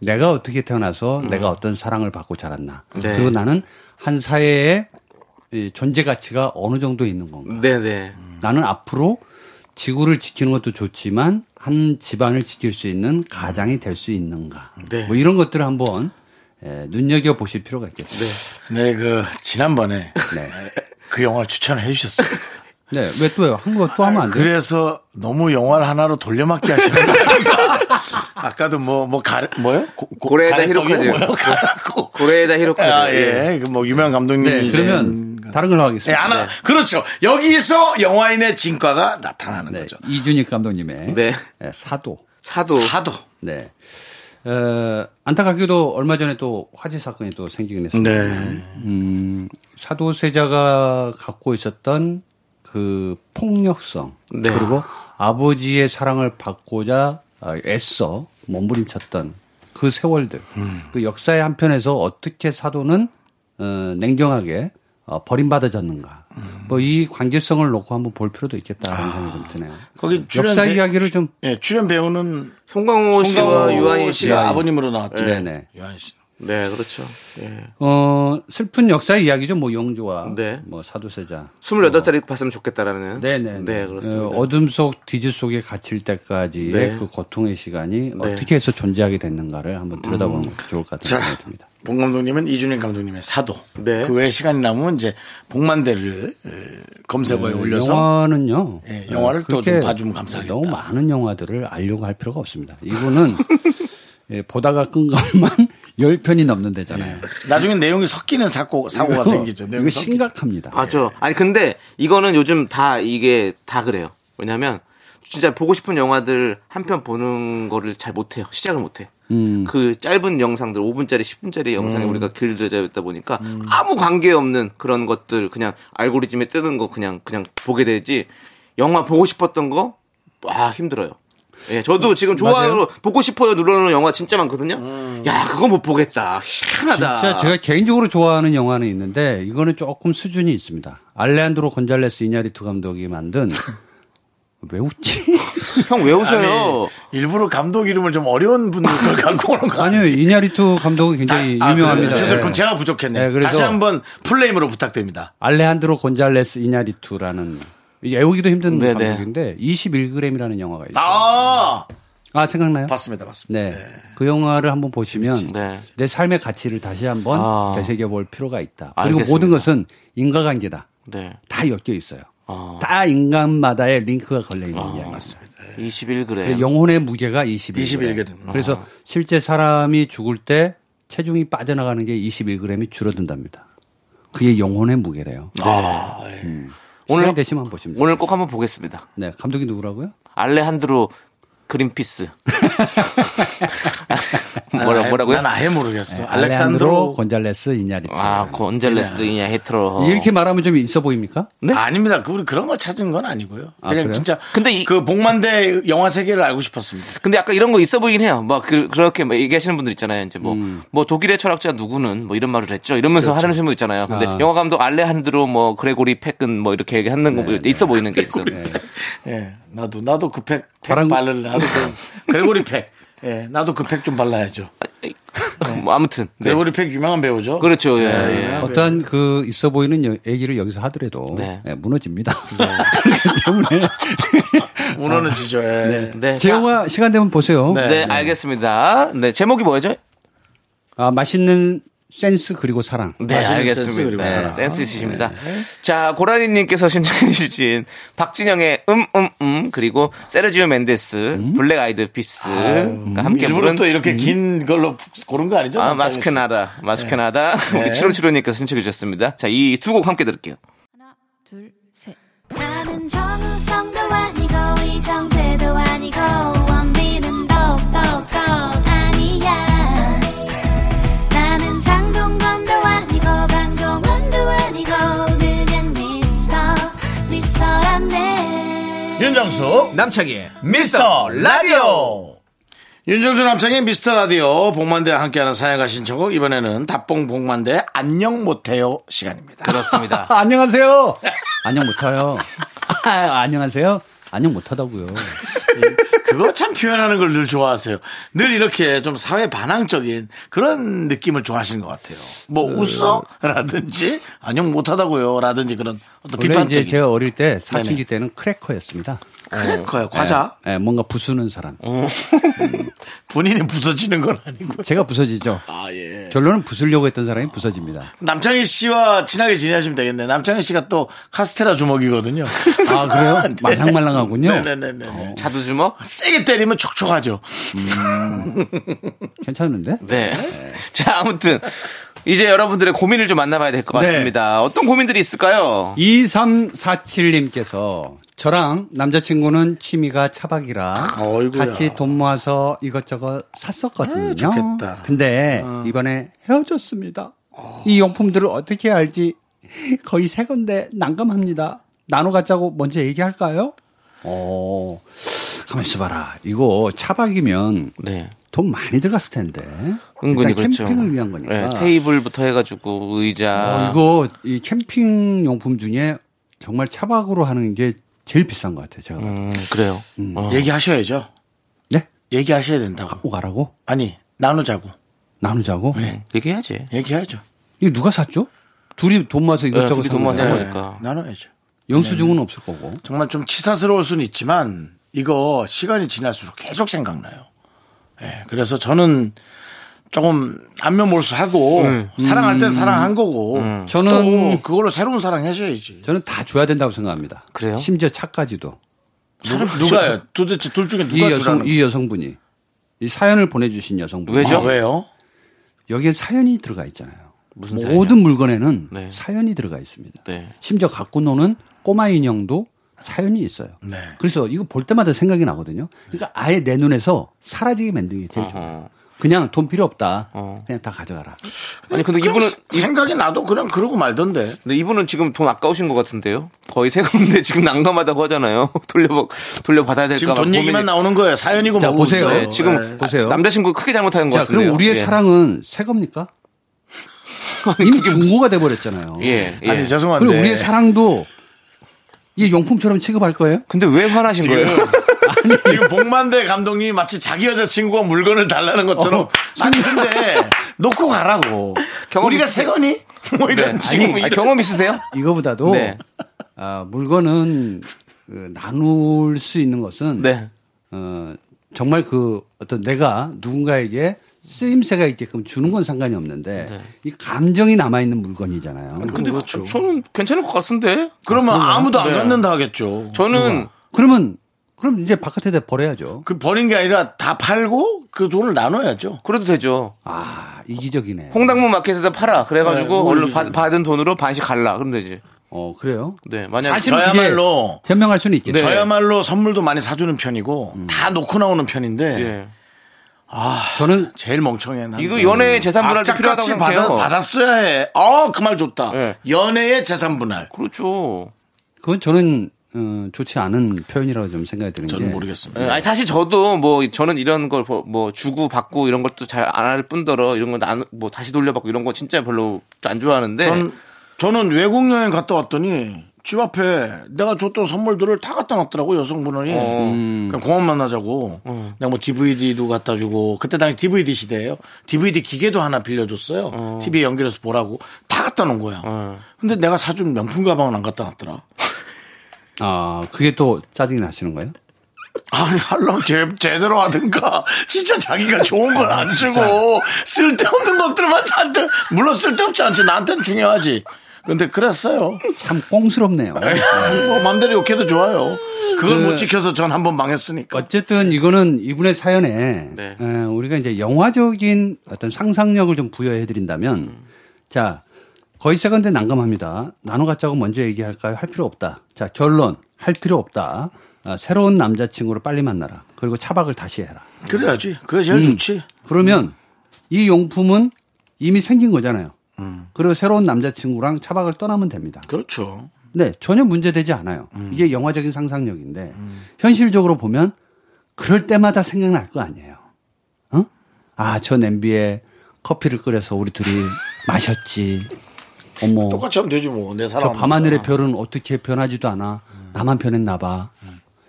Speaker 6: 내가 어떻게 태어나서 내가 어떤 사랑을 받고 자랐나
Speaker 2: 음. 네.
Speaker 6: 그리고 나는 한 사회의 이 존재 가치가 어느 정도 있는 건가
Speaker 2: 네, 네.
Speaker 6: 나는 앞으로 지구를 지키는 것도 좋지만 한 집안을 지킬 수 있는 가장이 될 수 있는가
Speaker 2: 네.
Speaker 6: 뭐 이런 것들을 한번 예, 눈여겨 보실 필요가 있겠죠.
Speaker 1: 네, 그 지난번에
Speaker 6: 네.
Speaker 1: 그 영화를 추천해 주셨어요.
Speaker 6: 네, 왜 또요? 한국어 또 하면 안 돼요?
Speaker 1: 그래서 너무 영화를 하나로 돌려막기 하시는 거예요. 아까도 뭐, 뭐, 가래, 뭐요? 고- 고-
Speaker 2: 고레에다
Speaker 1: 가래떡이요?
Speaker 2: 히로카즈.
Speaker 1: 뭐요? 가래떡.
Speaker 2: 고레에다 히로카즈.
Speaker 1: 아,
Speaker 2: 예.
Speaker 1: 예. 그뭐 유명 감독님이
Speaker 6: 네,
Speaker 1: 이제-
Speaker 6: 그러면 다른 걸로 하겠습니다. 네.
Speaker 1: 예,
Speaker 2: 네.
Speaker 1: 하나 그렇죠. 여기서 영화인의 진가가 나타나는
Speaker 6: 네,
Speaker 1: 거죠.
Speaker 6: 이준익 감독님의
Speaker 2: 네.
Speaker 6: 네, 사도.
Speaker 2: 사도.
Speaker 1: 사도.
Speaker 6: 네. 어, 안타깝게도 얼마 전에 또 화재 사건이 또 생기긴 했습니다.
Speaker 1: 네.
Speaker 6: 음, 사도세자가 갖고 있었던 그 폭력성
Speaker 2: 네.
Speaker 6: 그리고 아버지의 사랑을 받고자 어, 애써 몸부림쳤던 그 세월들 그 역사의 한편에서 어떻게 사도는 어, 냉정하게 어, 버림받아졌는가 뭐 이 관계성을 놓고 한번 볼 필요도 있겠다라는 생각이 좀 드네요.
Speaker 1: 아, 거기 출연
Speaker 6: 역사
Speaker 1: 배-
Speaker 6: 이야기를 좀
Speaker 1: 예, 출연 배우는 뭐
Speaker 2: 송강호 씨와
Speaker 1: 송강호
Speaker 2: 유한인 씨가.
Speaker 1: 씨가 어, 예, 아버님으로 나왔죠.
Speaker 6: 네, 네.
Speaker 1: 유한 씨.
Speaker 2: 네, 그렇죠. 예.
Speaker 6: 어, 슬픈 역사의 이야기죠. 뭐 영조와
Speaker 2: 네.
Speaker 6: 뭐 사도세자
Speaker 2: 28살이 봤으면 좋겠다라는.
Speaker 6: 네네.
Speaker 2: 네, 그렇습니다.
Speaker 6: 어둠 속 뒤지 속에 갇힐 때까지의
Speaker 2: 네.
Speaker 6: 그 고통의 시간이
Speaker 2: 네.
Speaker 6: 어떻게 해서 존재하게 됐는가를 한번 들여다보는 것도 좋을 것
Speaker 1: 음. 자,
Speaker 6: 같다는 생각이 듭니다.
Speaker 1: 봉 감독님은 이준영 감독님의 사도.
Speaker 2: 네.
Speaker 1: 그 외에 시간이 남으면 이제 복만대를 에, 검색어에
Speaker 2: 음,
Speaker 1: 올려서
Speaker 6: 네, 영화는요.
Speaker 1: 예, 영화를
Speaker 6: 어,
Speaker 1: 또
Speaker 6: 그렇게
Speaker 1: 좀 봐주면 감사하겠다.
Speaker 6: 너무 많은 영화들을 알려고 할 필요가 없습니다. 이거는 예, 보다가 끈 것만 열편이 넘는 데잖아요.
Speaker 1: 나중에 내용이 섞이는 예, 사고 사고가
Speaker 6: 이거-
Speaker 1: 생기죠. 네, 그렇죠.
Speaker 6: 이거
Speaker 1: 내용이 섞-
Speaker 6: 심각합니다.
Speaker 2: 맞아. 아니 근데 이거는 요즘 다 이게 다 그래요. 왜냐면 진짜 보고 싶은 영화들 한 편 보는 거를 잘 못해요. 시작을 못해.
Speaker 6: 음.
Speaker 2: 그 짧은 영상들 5분짜리 10분짜리 영상에 우리가 길들여져 있다 보니까
Speaker 6: 음.
Speaker 2: 아무 관계없는 그런 것들 그냥 알고리즘에 뜨는 거 그냥 그냥 보게 되지 영화 보고 싶었던 거 와 힘들어요. 예,
Speaker 6: 음,
Speaker 2: 저도 지금 좋아요 보고 싶어요 눌러놓은 영화 진짜 많거든요. 야, 그거 못 보겠다.
Speaker 1: 네.
Speaker 2: 희한하다.
Speaker 6: 음.
Speaker 1: 아.
Speaker 6: 진짜 제가 개인적으로 좋아하는 영화는 있는데 이거는 조금 수준이 있습니다. 알레한드로 곤잘레스 이냐리투 감독이 만든 왜 웃지?
Speaker 2: 형 왜 웃어요?
Speaker 1: 일부러 감독 이름을 좀 어려운 분들 걸 갖고 오는 거 아니에요?
Speaker 6: 아니요 이냐리투 감독은 굉장히
Speaker 2: 아,
Speaker 6: 유명합니다.
Speaker 2: 그래요?
Speaker 1: 죄송,
Speaker 6: 예.
Speaker 1: 그럼 제가 부족했네요.
Speaker 6: 네, 그래서-
Speaker 1: 다시 한번 플레임으로 부탁드립니다.
Speaker 6: 알레한드로 곤잘레스 이냐리투라는 이제 애우기도 힘든
Speaker 2: 네네.
Speaker 6: 감독인데 21g이라는 영화가 있어요.
Speaker 1: 아,
Speaker 6: 아 생각나요?
Speaker 1: 봤습니다, 봤습니다.
Speaker 6: 네. 그 영화를 한번 보시면
Speaker 2: 네.
Speaker 6: 내 삶의 가치를 다시 한번
Speaker 2: 아.
Speaker 6: 되새겨 볼 필요가 있다. 그리고
Speaker 2: 알겠습니다.
Speaker 6: 모든 것은 인과관계다.
Speaker 2: 네.
Speaker 6: 다 엮여 있어요.
Speaker 2: 아.
Speaker 6: 다 인간마다의 링크가 걸려 있는 이야기.
Speaker 1: 맞습니다.
Speaker 2: 21g.
Speaker 6: 네, 영혼의 무게가 21g.
Speaker 1: 21g.
Speaker 6: 그래서 실제 사람이 죽을 때 체중이 빠져나가는 게 21g이 줄어든답니다. 그게 영혼의 무게래요.
Speaker 2: 아, 예.
Speaker 6: 오늘
Speaker 2: 오늘-
Speaker 6: 대신만 보시면 돼요.
Speaker 2: 네. 오늘 꼭 한번 보겠습니다.
Speaker 6: 네, 감독이 누구라고요?
Speaker 2: 알레한드로 그린피스. 뭐라,
Speaker 1: 아예-
Speaker 2: 네. 뭐라고요?
Speaker 1: 난 아예 모르겠어.
Speaker 6: 네, 알레한드로
Speaker 1: 네, 알렉산드로.
Speaker 6: 곤잘레스 이냐리투.
Speaker 2: 아, 곤잘레스냐 헤트로.
Speaker 6: 이렇게 말하면 좀 있어 보입니까?
Speaker 2: 네?
Speaker 1: 아닙니다. 그 우리 그런 거 찾은 건 아니고요.
Speaker 6: 아,
Speaker 1: 그냥
Speaker 6: 그래요?
Speaker 1: 진짜
Speaker 2: 근데 이-
Speaker 1: 그 복만대 영화 세계를 알고 싶었습니다.
Speaker 2: 근데 약간 이런 거 있어 보이긴 해요. 막 그, 렇게 얘기하시는 분들 있잖아요. 이제 뭐, 뭐 독일의 철학자 누구는 뭐 이런 말을 했죠. 이러면서 하시는 분들 있잖아요. 근데
Speaker 6: 아.
Speaker 2: 영화 감독 알레한드로 뭐 그레고리 패근 뭐 이렇게 얘기하는 거 있어 보이는 게 있어요.
Speaker 1: 예, 나도 나도 그 팩 팩
Speaker 6: 바람-
Speaker 1: 바를 나도 그 그레고리 팩. 예, 나도 그 팩 좀 발라야죠.
Speaker 2: 뭐 아무튼. 네.
Speaker 1: 그레고리 팩 유명한 배우죠.
Speaker 2: 그렇죠. 예, 예.
Speaker 6: 어떠한 그 있어 보이는 여- 얘기를 여기서 하더라도
Speaker 2: 네.
Speaker 6: 예, 무너집니다. 그렇기 때문에
Speaker 1: 우는 지죠. 예.
Speaker 2: 네.
Speaker 6: 제 영화 시간 되면 보세요.
Speaker 1: 네.
Speaker 2: 네, 알겠습니다. 네, 제목이 뭐죠?
Speaker 6: 아, 맛있는 센스 그리고 사랑.
Speaker 2: 네,
Speaker 1: 맛있는
Speaker 2: 알겠습니다.
Speaker 1: 센스 그리고
Speaker 2: 네,
Speaker 1: 사랑.
Speaker 2: 센스 있으십니다. 자, 고라니님께서 신청해주신 박진영의 음, 음, 음, 그리고 세르지오 멘데스, 블랙 아이드 피스. 가 함께
Speaker 1: 음, 일부러
Speaker 2: 부른
Speaker 1: 또 이렇게 긴 걸로 고른 거 아니죠?
Speaker 2: 아,
Speaker 1: 남창희 씨?
Speaker 2: 마스크나다. 마스크나다. 우리 7575님께서 신청해주셨습니다. 자, 이 두 곡 함께 들을게요.
Speaker 3: 나는 정우성도 아니고 이정재도 아니고 원빈은 더욱더 아니야 나는 장동건도 아니고 강동원도 아니고 그냥 미스터 미스터란데
Speaker 7: 윤정수 남창희 미스터 라디오
Speaker 1: 윤정수 남창의 미스터 라디오 복만대와 함께하는 사연과 신청곡 이번에는 답봉 복만대 안녕 못해요 시간입니다.
Speaker 2: 그렇습니다.
Speaker 6: 아, 안녕하세요. 안녕 못해요. 아, 안녕하세요. 안녕 못하다고요.
Speaker 1: 그거 참 표현하는 걸 늘 좋아하세요. 늘 이렇게 좀 사회 반항적인 그런 느낌을 좋아하시는 것 같아요. 뭐 웃어 라든지 안녕 못하다고요 라든지 그런 어떤
Speaker 6: 원래 이제
Speaker 1: 비판적인
Speaker 6: 제가 어릴 때
Speaker 1: 네네.
Speaker 6: 사춘기 때는 크래커였습니다.
Speaker 1: 크래커요 과자
Speaker 6: 예, 예, 뭔가 부수는 사람.
Speaker 1: 어. 본인이 부서지는 건 아니고
Speaker 6: 제가 부서지죠.
Speaker 1: 아예
Speaker 6: 결론은 부수려고 했던 사람이 부서집니다.
Speaker 1: 남창희 씨와 친하게 지내시면 되겠네. 남창희 씨가 또 카스테라 주먹이거든요.
Speaker 6: 아, 그래요? 말랑말랑하군요.
Speaker 1: 네. 네네네네.
Speaker 2: 자두주먹?
Speaker 1: 세게 때리면 촉촉하죠.
Speaker 6: 괜찮은데?
Speaker 2: 네. 자, 아무튼. 이제 여러분들의 고민을 좀 만나봐야 될 것
Speaker 6: 네.
Speaker 2: 같습니다. 어떤 고민들이 있을까요?
Speaker 6: 2347님께서 저랑 남자친구는 취미가 차박이라
Speaker 1: 어이구야.
Speaker 6: 같이 돈 모아서 이것저것 샀었거든요.
Speaker 1: 좋겠다. 어.
Speaker 6: 근데 이번에 헤어졌습니다. 이 용품들을 어떻게 알지? 거의 세 건데 난감합니다. 나눠 갖자고 먼저 얘기할까요? 어, 가만 있어봐라. 이거 차박이면
Speaker 2: 네.
Speaker 6: 돈 많이 들어갔을 텐데.
Speaker 2: 은근히
Speaker 6: 일단
Speaker 2: 그렇죠.
Speaker 6: 캠핑을 위한 거니까.
Speaker 2: 네, 테이블부터 해가지고 의자.
Speaker 6: 어, 이거 이 캠핑 용품 중에 정말 차박으로 하는 게 제일 비싼 것 같아요. 제가
Speaker 2: 음, 그래요. 어.
Speaker 1: 예. 얘기하셔야죠.
Speaker 6: 네
Speaker 1: 얘기하셔야 된다고.
Speaker 6: 갖고 가라고
Speaker 1: 아니 나누자고.
Speaker 6: 나누자고.
Speaker 2: 네. 얘기해야지.
Speaker 1: 얘기해야죠.
Speaker 6: 이거 누가 샀죠? 둘이 돈 모아서 이것저것
Speaker 2: 네, 어, 둘이
Speaker 6: 산
Speaker 2: 돈 모아서 네.
Speaker 6: 거잖아요.
Speaker 2: 한 그러니까.
Speaker 1: 네, 나눠야죠.
Speaker 6: 영수증은 없을 거고.
Speaker 1: 정말 좀 치사스러울 수는 있지만 이거 시간이 지날수록 계속 생각나요. 예, 그래서 저는 조금 안면 몰수하고 사랑할 땐 사랑한 거고
Speaker 6: 저는-
Speaker 1: 또 그걸로 새로운 사랑 해줘야지.
Speaker 6: 저는 다 줘야 된다고 생각합니다.
Speaker 2: 그래요?
Speaker 6: 심지어 차까지도.
Speaker 1: 누가, 누가요? 도대체 둘 중에
Speaker 6: 이
Speaker 1: 누가
Speaker 6: 여성
Speaker 1: 주라는
Speaker 6: 이 여성분이 이 사연을 보내주신 어. 여성분.
Speaker 2: 왜죠?
Speaker 1: 거예요? 아, 왜요?
Speaker 6: 여기에 사연이 들어가 있잖아요.
Speaker 2: 무슨
Speaker 6: 뭐 모든
Speaker 2: 사연이요?
Speaker 6: 물건에는
Speaker 2: 네.
Speaker 6: 사연이 들어가 있습니다.
Speaker 2: 네.
Speaker 6: 심지어 갖고 노는 꼬마 인형도 사연이 있어요.
Speaker 1: 네.
Speaker 6: 네. 그래서 이거 볼 때마다 생각이 나거든요. 그러니까 아예 내 눈에서 사라지게 만드는 게 제일 좋아요. 그냥 돈 필요 없다.
Speaker 2: 어.
Speaker 6: 그냥 다 가져가라.
Speaker 2: 아니 근데
Speaker 1: 네. 그냥
Speaker 2: 이분은
Speaker 1: 스- 생각이 나도 그냥 그러고 말던데.
Speaker 2: 근데 이분은 지금 돈 아까우신 것 같은데요. 거의 세금인데 지금 난감하다고 하잖아요. 돌려 돌려 받아야 될까
Speaker 1: 지금
Speaker 2: 봐
Speaker 1: 돈 얘기만
Speaker 2: 고민이-
Speaker 1: 나오는 거예요. 사연이고
Speaker 6: 자,
Speaker 1: 뭐고
Speaker 6: 보세요.
Speaker 1: 있어요.
Speaker 2: 지금
Speaker 1: 예.
Speaker 6: 보세요.
Speaker 2: 아, 남자친구 크게 잘못하는 것
Speaker 6: 자,
Speaker 2: 같은데요.
Speaker 6: 그럼 우리의
Speaker 2: 예.
Speaker 6: 사랑은 새 겁니까? 이미 중고가 돼버렸잖아요.
Speaker 2: 예, 예.
Speaker 1: 아니 죄송한데.
Speaker 6: 그리고 우리의 사랑도 이게 용품처럼 취급할 거예요?
Speaker 2: 근데 왜 화나신 거예요?
Speaker 1: 지금 복만대 감독님이 마치 자기 여자친구가 물건을 달라는 것처럼 아니 근데 놓고 가라고
Speaker 2: 어, 경험
Speaker 1: 우리가
Speaker 2: 있-
Speaker 1: 세 건이 뭐
Speaker 2: 네.
Speaker 1: 이런 지금
Speaker 2: 아니,
Speaker 1: 이런-
Speaker 2: 아니, 경험 있으세요?
Speaker 6: 이거보다도
Speaker 2: 네.
Speaker 6: 아, 물건은 그, 나눌 수 있는 것은
Speaker 2: 네.
Speaker 6: 어, 정말 그 어떤 내가 누군가에게 쓰임새가 있게끔 주는 건 상관이 없는데 이 감정이 남아 있는 물건이잖아요.
Speaker 2: 네. 근데 그 저는 괜찮을 것 같은데.
Speaker 1: 뭐 그렇죠. 그러면 아무도 안
Speaker 2: 네.
Speaker 1: 갖는다 하겠죠.
Speaker 2: 저는
Speaker 6: 그러면 그럼 이제 바깥에다 버려야죠.
Speaker 1: 그 버린 게 아니라 다 팔고 그 돈을 나눠야죠.
Speaker 2: 그래도 되죠.
Speaker 6: 아 이기적이네.
Speaker 2: 홍당무 마켓에다 팔아.
Speaker 1: 네,
Speaker 2: 그래가지고
Speaker 1: 뭐
Speaker 2: 얼른
Speaker 1: 이기죠.
Speaker 2: 받- 받은 돈으로 반씩 갈라. 그럼 되지.
Speaker 6: 어 그래요?
Speaker 2: 네, 만약
Speaker 6: 사실은 그게
Speaker 1: 저야말로
Speaker 6: 현명할 수는
Speaker 2: 네.
Speaker 6: 있겠죠.
Speaker 1: 저야말로 선물도 많이 사주는 편이고 다 놓고 나오는 편인데
Speaker 2: 음. 예.
Speaker 6: 저는
Speaker 1: 제일 멍청해. 난. 음.
Speaker 2: 이거 연애 재산 분할 때 필요하다고
Speaker 1: 악착같이 받아-
Speaker 2: 생각해요.
Speaker 1: 받았어야 해. 어, 그 말 좋다.
Speaker 2: 예.
Speaker 1: 연애의 재산 분할.
Speaker 2: 그렇죠.
Speaker 6: 그건 저는 어, 좋지 않은 표현이라고 좀 생각이 드는
Speaker 1: 저는
Speaker 6: 게
Speaker 1: 모르겠습니다.
Speaker 2: 예, 아니 사실 저도 뭐 저는 이런 걸 뭐 주고 받고 이런 것도 잘 안 할 뿐더러 이런 거뭐 다시 돌려받고 이런 거 진짜 별로 안 좋아하는데
Speaker 1: 저는, 저는 외국 여행 갔다 왔더니 집 앞에 내가 줬던 선물들을 다 갖다 놨더라고 여성분이
Speaker 2: 어.
Speaker 1: 그냥 공원 만나자고 내가 뭐 DVD도 갖다 주고 그때 당시 DVD 시대예요 DVD 기계도 하나 빌려줬어요 TV에 연결해서 보라고 다 갖다 놓은 거야
Speaker 2: 어.
Speaker 1: 근데 내가 사준 명품 가방은 안 갖다 놨더라
Speaker 6: 아 그게 또 짜증이 나시는 거예요?
Speaker 1: 아니 할람 제대로 하든가 진짜 자기가 좋은 걸 안 주고 쓸데없는 것들만 잔뜩 물론 쓸데없지 않지 나한테는 중요하지 근데 그랬어요
Speaker 6: 참 꽁스럽네요.
Speaker 1: 뭐 맘대로 욕해도 좋아요. 그걸
Speaker 6: 그-
Speaker 1: 못 지켜서 전 한 번 망했으니까.
Speaker 6: 그러니까. 어쨌든 이거는 이분의 사연에
Speaker 2: 네.
Speaker 6: 에, 우리가 이제 영화적인 어떤 상상력을 좀 부여해 드린다면 자 거의 세건데 난감합니다. 나눠 갖자고 먼저 얘기할까요? 할 필요 없다. 자 결론 할 필요 없다. 아, 새로운 남자친구를 빨리 만나라. 그리고 차박을 다시 해라.
Speaker 1: 그래야지. 그게 제일 좋지.
Speaker 6: 그러면 이 용품은 이미 생긴 거잖아요. 그리고 새로운 남자친구랑 차박을 떠나면 됩니다.
Speaker 1: 그렇죠.
Speaker 6: 네, 전혀 문제되지 않아요.
Speaker 1: 음.
Speaker 6: 이게 영화적인 상상력인데 현실적으로 보면 그럴 때마다 생각날 거 아니에요. 어? 아, 저 냄비에 커피를 끓여서 우리 둘이 마셨지. 어머,
Speaker 1: 똑같이 하면 되지 뭐. 내 사람.
Speaker 6: 저 밤하늘의 별은 어떻게 변하지도 않아.
Speaker 1: 음.
Speaker 6: 나만 변했나 봐.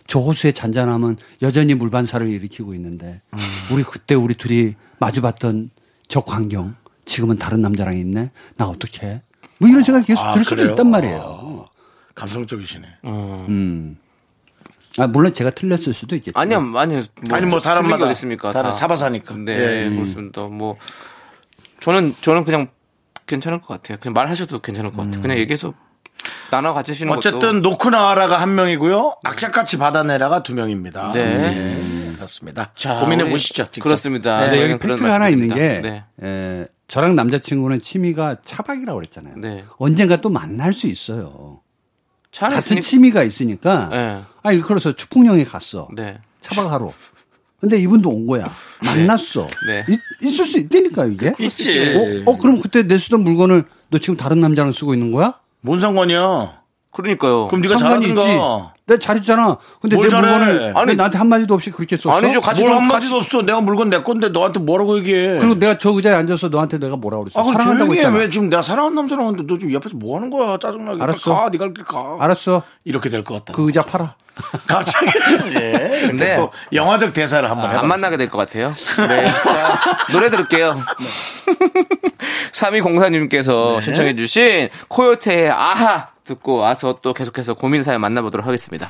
Speaker 6: 저 호수의 잔잔함은 여전히 물반사를 일으키고 있는데
Speaker 1: 음.
Speaker 6: 우리 그때 우리 둘이 마주봤던 저 광경 지금은 다른 남자랑 있네. 나 어떡해? 뭐 이런 생각이 계속
Speaker 1: 아,
Speaker 6: 들 수도
Speaker 1: 그래요? 아.
Speaker 6: 있단 말이에요.
Speaker 1: 감성적이시네.
Speaker 6: 아, 물론 제가 틀렸을 수도 있겠죠.
Speaker 2: 아니요, 아니요.
Speaker 1: 아니 뭐 사람마다
Speaker 2: 있습니까?
Speaker 1: 다른 사바사니까.
Speaker 2: 네,
Speaker 1: 예.
Speaker 2: 그렇습니다. 뭐 저는 저는 그냥 괜찮을 것 같아요. 그냥 말하셔도 괜찮을 것 같아요. 그냥 얘기해서 나눠 가지시는 것도
Speaker 1: 음. 어쨌든 놓고 나와라가 한 명이고요. 악착같이 받아내라가 두 명입니다.
Speaker 2: 네.
Speaker 1: 예, 그렇습니다.
Speaker 2: 자,
Speaker 1: 고민해
Speaker 2: 아, 우리-
Speaker 1: 보시죠. 직접.
Speaker 2: 그렇습니다.
Speaker 6: 근데
Speaker 2: 저는
Speaker 6: 네, 여기
Speaker 2: 네, 그런
Speaker 6: 팩트가 하나 있는 게
Speaker 2: 말씀드립니다. 네.
Speaker 6: 에, 저랑 남자친구는 취미가 차박이라고 그랬잖아요.
Speaker 2: 네.
Speaker 6: 언젠가 또 만날 수 있어요.
Speaker 2: 차 안에
Speaker 6: 같은
Speaker 2: 있으니-
Speaker 6: 취미가 있으니까.
Speaker 2: 네.
Speaker 6: 아, 일컬어서 축풍령에 갔어.
Speaker 2: 네.
Speaker 6: 차박하러. 근데 이분도 온 거야. 만났어.
Speaker 2: 네.
Speaker 6: 있, 을수 있다니까요, 이게.
Speaker 1: 있지.
Speaker 6: 어, 어, 그럼 그때 내 쓰던 물건을 너 지금 다른 남자랑 쓰고 있는 거야?
Speaker 1: 뭔 상관이야?
Speaker 2: 그러니까요.
Speaker 1: 그럼 네가
Speaker 6: 상관이
Speaker 1: 잘하든가.
Speaker 6: 있지. 내가 잘했잖아. 근데
Speaker 1: 뭘
Speaker 6: 내
Speaker 1: 잘해.
Speaker 6: 물건을 왜
Speaker 2: 아니,
Speaker 6: 나한테 한마디도 없이 그렇게 썼어.
Speaker 2: 아니죠. 같이
Speaker 1: 뭘
Speaker 2: 좀
Speaker 1: 한마디도 없어. 내가 물건 내 건데 너한테 뭐라고 얘기해.
Speaker 6: 그리고 내가 저 의자에 앉아서 너한테 내가 뭐라 그랬어?
Speaker 1: 아, 그럼
Speaker 6: 사랑한다고
Speaker 1: 조용히 해.
Speaker 6: 했잖아.
Speaker 1: 왜 지금 내가 사랑하는 남자랑 하는데 너 지금 옆에서 뭐 하는 거야? 짜증나게.
Speaker 6: 알았어.
Speaker 1: 가, 네가 길 가.
Speaker 6: 알았어.
Speaker 1: 이렇게 될 것 같다.
Speaker 6: 그 의자 팔아.
Speaker 1: 갑자기 예. 근데
Speaker 2: 네.
Speaker 1: 또 영화적 대사를 한번 해봐.
Speaker 2: 안 만나게 될 것 같아요. 네. 자, 노래 들을게요.
Speaker 1: 네.
Speaker 2: 3204님께서 신청해주신 코요태의 아하 듣고 와서 또 계속해서 고민사연 만나보도록 하겠습니다.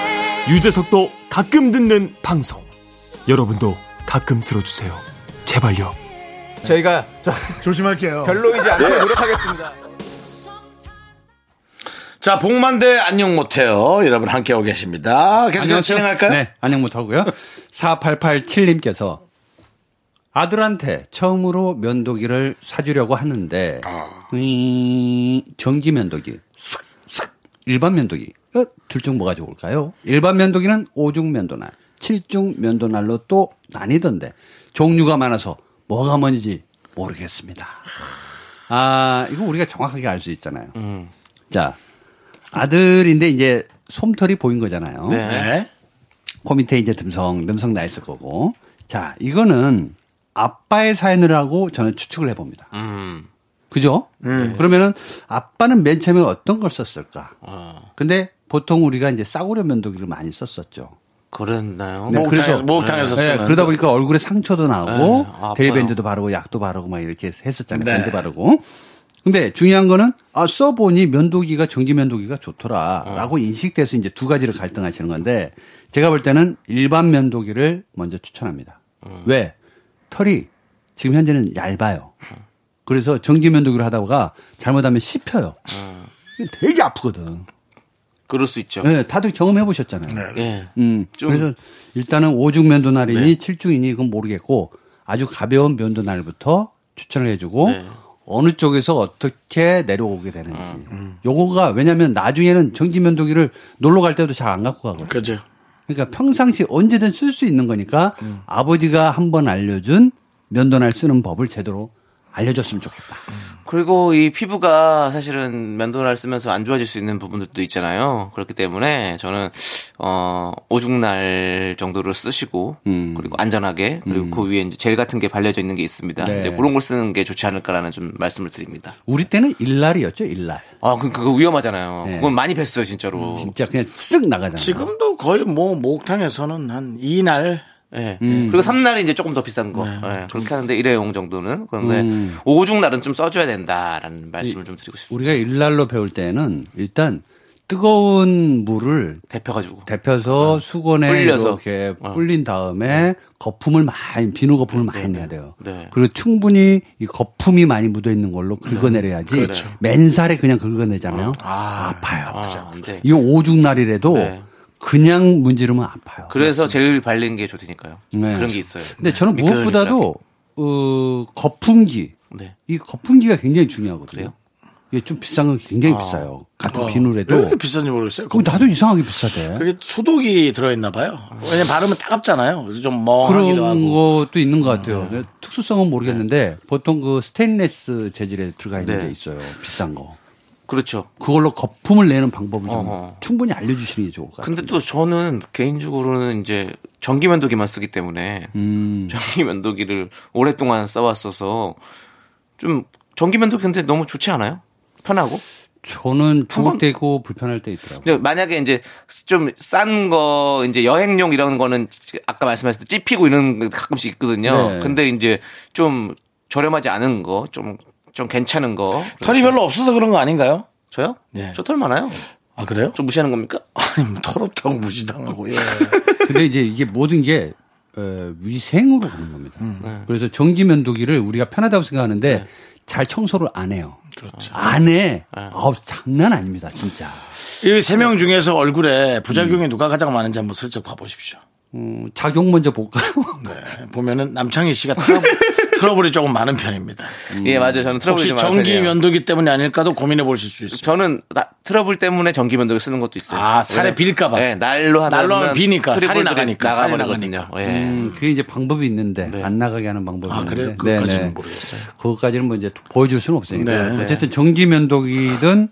Speaker 8: 유재석도 가끔 듣는 방송. 여러분도 가끔 들어주세요. 제발요.
Speaker 2: 저희가 저-
Speaker 1: 조심할게요.
Speaker 2: 별로이지 않게 노력하겠습니다.
Speaker 1: 자, 복만대 안녕 못해요. 여러분 함께하고 계십니다. 계속해서 진행할까요?
Speaker 6: 네, 안녕 못하고요. 4887님께서 아들한테 처음으로 면도기를 사주려고 하는데
Speaker 1: 아.
Speaker 6: 이 전기 면도기, 슥, 슥, 일반 면도기 어, 둘 중 뭐가 좋을까요? 일반 면도기는 5중 면도날, 7중 면도날로 또 나뉘던데 종류가 많아서 뭐가 뭔지 모르겠습니다. 아, 이거 우리가 정확하게 알 수 있잖아요.
Speaker 1: 음.
Speaker 6: 자, 아들인데 이제 솜털이 보인 거잖아요.
Speaker 1: 네.
Speaker 6: 코 밑에 이제 듬성, 듬성 나 있을 거고. 자, 이거는 아빠의 사연이라고 저는 추측을 해봅니다. 그죠? 네. 그러면은 아빠는 맨 처음에 어떤 걸 썼을까? 근데 보통 우리가 이제 싸구려 면도기를 많이 썼었죠.
Speaker 2: 그랬나요? 뭐
Speaker 6: 네,
Speaker 1: 목욕탕에서, 목욕탕에서
Speaker 6: 네,
Speaker 1: 쓰는.
Speaker 6: 그러다 보니까 얼굴에 상처도 나고
Speaker 2: 네, 아파요.
Speaker 6: 데리밴드도 바르고 약도 바르고 막 이렇게 했었잖아요.
Speaker 1: 네.
Speaker 6: 밴드 바르고. 근데 중요한 거는 아 써보니 면도기가 전기 면도기가
Speaker 1: 네.
Speaker 6: 좋더라라고 인식돼서 이제 두 가지를 갈등하시는 건데 제가 볼 때는 일반 면도기를 먼저 추천합니다.
Speaker 1: 음.
Speaker 6: 왜 털이 지금 현재는 얇아요. 그래서 전기 면도기를 하다가 잘못하면 씹혀요.
Speaker 1: 음.
Speaker 6: 이게 되게 아프거든.
Speaker 2: 그럴 수 있죠.
Speaker 6: 네, 다들 경험해 보셨잖아요.
Speaker 1: 네.
Speaker 2: 예.
Speaker 6: 음, 그래서 일단은 5중 면도날이니 칠 7중이니 이건 모르겠고 아주 가벼운 면도날부터 추천을 해주고
Speaker 2: 네.
Speaker 6: 어느 쪽에서 어떻게 내려오게 되는지
Speaker 1: 음.
Speaker 6: 요거가 왜냐하면 나중에는 전기 면도기를 놀러 갈 때도 잘 안 갖고 가거든요.
Speaker 1: 그죠.
Speaker 6: 그러니까 평상시 언제든 쓸 수 있는 거니까
Speaker 1: 음.
Speaker 6: 아버지가 한 번 알려준 면도날 쓰는 법을 제대로 알려줬으면 좋겠다.
Speaker 1: 음.
Speaker 2: 그리고 이 피부가 사실은 면도날 쓰면서 안 좋아질 수 있는 부분들도 있잖아요. 그렇기 때문에 저는 어 오죽날 정도를 쓰시고
Speaker 6: 음.
Speaker 2: 그리고 안전하게 그리고 그 위에 이제 젤 같은 게 발려져 있는 게 있습니다.
Speaker 6: 네.
Speaker 2: 이제 그런 걸 쓰는 게 좋지 않을까라는 좀 말씀을 드립니다.
Speaker 6: 우리 때는 일날이었죠, 일날.
Speaker 2: 아, 그 그거 위험하잖아요.
Speaker 6: 네.
Speaker 2: 그건 많이 뵀어요, 진짜로.
Speaker 6: 진짜 그냥 쓱 나가잖아요.
Speaker 1: 지금도 거의 뭐 목욕탕에서는 한 이날
Speaker 2: 예. 그리고 삼날이 이제 조금 더 비싼 거. 예, 그렇게 하는데 일회용 정도는. 그런데 오죽날은 좀 써줘야 된다라는 말씀을 좀 드리고 싶습니다.
Speaker 6: 우리가 일날로 배울 때는 일단 뜨거운 물을
Speaker 2: 대표가지고.
Speaker 6: 데펴서 수건에
Speaker 2: 어. 불려서.
Speaker 6: 이렇게
Speaker 2: 어.
Speaker 6: 불린 다음에 거품을 많이 비누 거품을 많이 내야 돼요.
Speaker 2: 네.
Speaker 6: 그리고 충분히 이 거품이 많이 묻어 있는 걸로 긁어내려야지
Speaker 2: 그렇죠.
Speaker 6: 맨살에 그냥 긁어내잖아요.
Speaker 2: 아.
Speaker 6: 아, 파요
Speaker 2: 아, 안 돼.
Speaker 6: 이 오죽날이라도
Speaker 2: 네.
Speaker 6: 그냥 문지르면 아파요.
Speaker 2: 그래서 젤 발린 게 좋으니까요.
Speaker 6: 네.
Speaker 2: 그런 게 있어요.
Speaker 6: 근데 저는 무엇보다도 어, 거품기
Speaker 2: 네.
Speaker 6: 이 거품기가 굉장히 중요하거든요.
Speaker 2: 그래요?
Speaker 6: 이게 좀 비싼 건 굉장히 비싸요. 같은
Speaker 1: 왜
Speaker 6: 비누래도
Speaker 1: 이렇게 비싼지 모르겠어요.
Speaker 6: 어, 나도 이상하게 비싸대.
Speaker 1: 그게 소독이 들어있나 봐요. 왜냐면 바르면 따갑잖아요. 그래서 좀 멍하기도
Speaker 6: 그런
Speaker 1: 하고.
Speaker 6: 것도 있는 것 같아요. 특수성은 모르겠는데 보통 그 스테인레스 재질에 들어가 있는
Speaker 2: 네.
Speaker 6: 게 있어요. 비싼 거.
Speaker 2: 그렇죠.
Speaker 6: 그걸로 거품을 내는 방법을 좀
Speaker 2: 어허.
Speaker 6: 충분히 알려주시는 게 좋을 것 같아요.
Speaker 2: 근데 또 저는 개인적으로는 이제 전기 면도기만 쓰기 때문에
Speaker 6: 음.
Speaker 2: 전기 면도기를 오랫동안 써왔어서 좀 전기 면도기 근데 너무 좋지 않아요? 편하고?
Speaker 6: 저는
Speaker 2: 번-
Speaker 6: 좋을 때 있고 불편할 때 있더라고요.
Speaker 2: 근데 만약에 이제 좀 싼 거 이제 여행용 이런 거는 아까 말씀하셨듯 찝히고 이런 거 가끔씩 있거든요.
Speaker 6: 네.
Speaker 2: 근데 이제 좀 저렴하지 않은 거, 좀, 좀 괜찮은 거.
Speaker 1: 털이 별로 없어서 그런 거 아닌가요?
Speaker 2: 저요?
Speaker 1: 네.
Speaker 2: 저 털 많아요.
Speaker 1: 아, 그래요?
Speaker 2: 좀 무시하는 겁니까?
Speaker 1: 아니, 뭐 더럽다고 무시당하고, 예.
Speaker 6: 근데 이제 이게 모든 게 어, 위생으로 가는 겁니다. 그래서 전기 면도기를 우리가 편하다고 생각하는데 잘 청소를 안 해요. 안 해. 아우 장난 아닙니다, 진짜.
Speaker 1: 이 세
Speaker 2: 네.
Speaker 1: 명 중에서 얼굴에
Speaker 2: 음.
Speaker 1: 부작용이 누가 가장 많은지 한번 슬쩍 봐보십시오.
Speaker 6: 음, 작용 먼저 볼까요?
Speaker 1: 네. 보면은 남창희 씨가 트러블, 트러블이 조금 많은 편입니다.
Speaker 2: 예, 맞아요. 저는 트러블이
Speaker 1: 음. 혹시
Speaker 2: 좀 많아요.
Speaker 1: 전기 면도기 때문이 아닐까도 고민해 보실 수 있어요.
Speaker 2: 저는 나- 트러블 때문에 전기 면도기 쓰는 것도 있어요.
Speaker 1: 아, 살에
Speaker 2: 왜냐면-
Speaker 1: 빌까봐.
Speaker 2: 네, 날로 하면
Speaker 1: 날로 하면 비니까, 살이
Speaker 2: 트러블들이
Speaker 1: 나가니까, 살이
Speaker 2: 나가버리거든요.
Speaker 1: 나가니까.
Speaker 2: 예.
Speaker 6: 음, 그게 이제 방법이 있는데 안 나가게 하는 방법이
Speaker 1: 네. 아, 그래요?
Speaker 6: 있는데.
Speaker 1: 그것까지는
Speaker 6: 네네.
Speaker 1: 모르겠어요.
Speaker 6: 그것까지는 뭐 이제 보여줄 수는 없으니까.
Speaker 1: 네.
Speaker 6: 어쨌든 전기 면도기든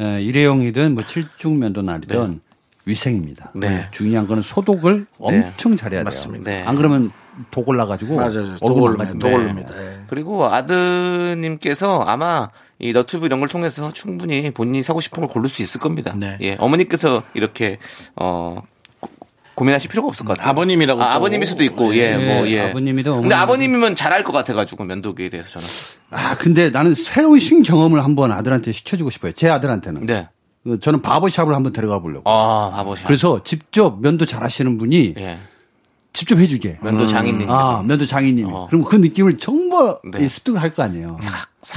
Speaker 6: 에, 일회용이든 뭐 칠중 면도날이든 위생입니다.
Speaker 2: 네.
Speaker 6: 중요한 거는 소독을 엄청 잘해야 돼요.
Speaker 1: 네. 맞습니다.
Speaker 2: 네.
Speaker 6: 안 그러면 도골라 가지고 네.
Speaker 1: 맞아요.
Speaker 6: 얼굴
Speaker 1: 도골로,
Speaker 6: 망가진데.
Speaker 1: 도골로입니다. 예.
Speaker 2: 그리고 아드님께서 아마 이 너튜브 이런 걸 통해서 충분히 본인이 사고 싶은 걸 고를 수 있을 겁니다.
Speaker 1: 네.
Speaker 2: 예, 어머니께서 이렇게 어 고- 고민하실 필요가 없을 것 같아요.
Speaker 1: 아버님이라고 또.
Speaker 2: 아, 버님일 수도 있고 예,
Speaker 6: 예,
Speaker 2: 뭐 예.
Speaker 6: 아버님이든
Speaker 2: 근데
Speaker 6: 어머님이든.
Speaker 2: 아버님이면 잘알 것 같아가지고 면도기에 대해서 저는.
Speaker 6: 아 근데 나는 새로운 신 경험을 한번 아들한테 시켜주고 싶어요. 제 아들한테는.
Speaker 2: 네.
Speaker 6: 어, 저는 바버샵을 한번 데려가 보려고.
Speaker 2: 아 아버지.
Speaker 6: 그래서 직접 면도 잘하시는 분이
Speaker 1: 네.
Speaker 2: 예.
Speaker 6: 직접 해주게.
Speaker 2: 면도
Speaker 1: 음.
Speaker 2: 장인님께서
Speaker 6: 아 면도 장인님이.
Speaker 2: 네, 어.
Speaker 6: 그럼 그 느낌을 정말
Speaker 2: 네.
Speaker 6: 이 습득을 할 거 아니에요. 네.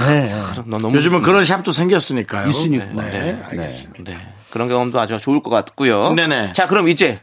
Speaker 2: 그럼 아, 너 너무
Speaker 1: 요즘은 그런 샵도 생겼으니까요.
Speaker 6: 있으니까.
Speaker 1: 네,
Speaker 2: 네.
Speaker 1: 알겠습니다.
Speaker 2: 네. 그런 경험도 아주 좋을 것 같고요.
Speaker 1: 네네.
Speaker 2: 자, 그럼 이제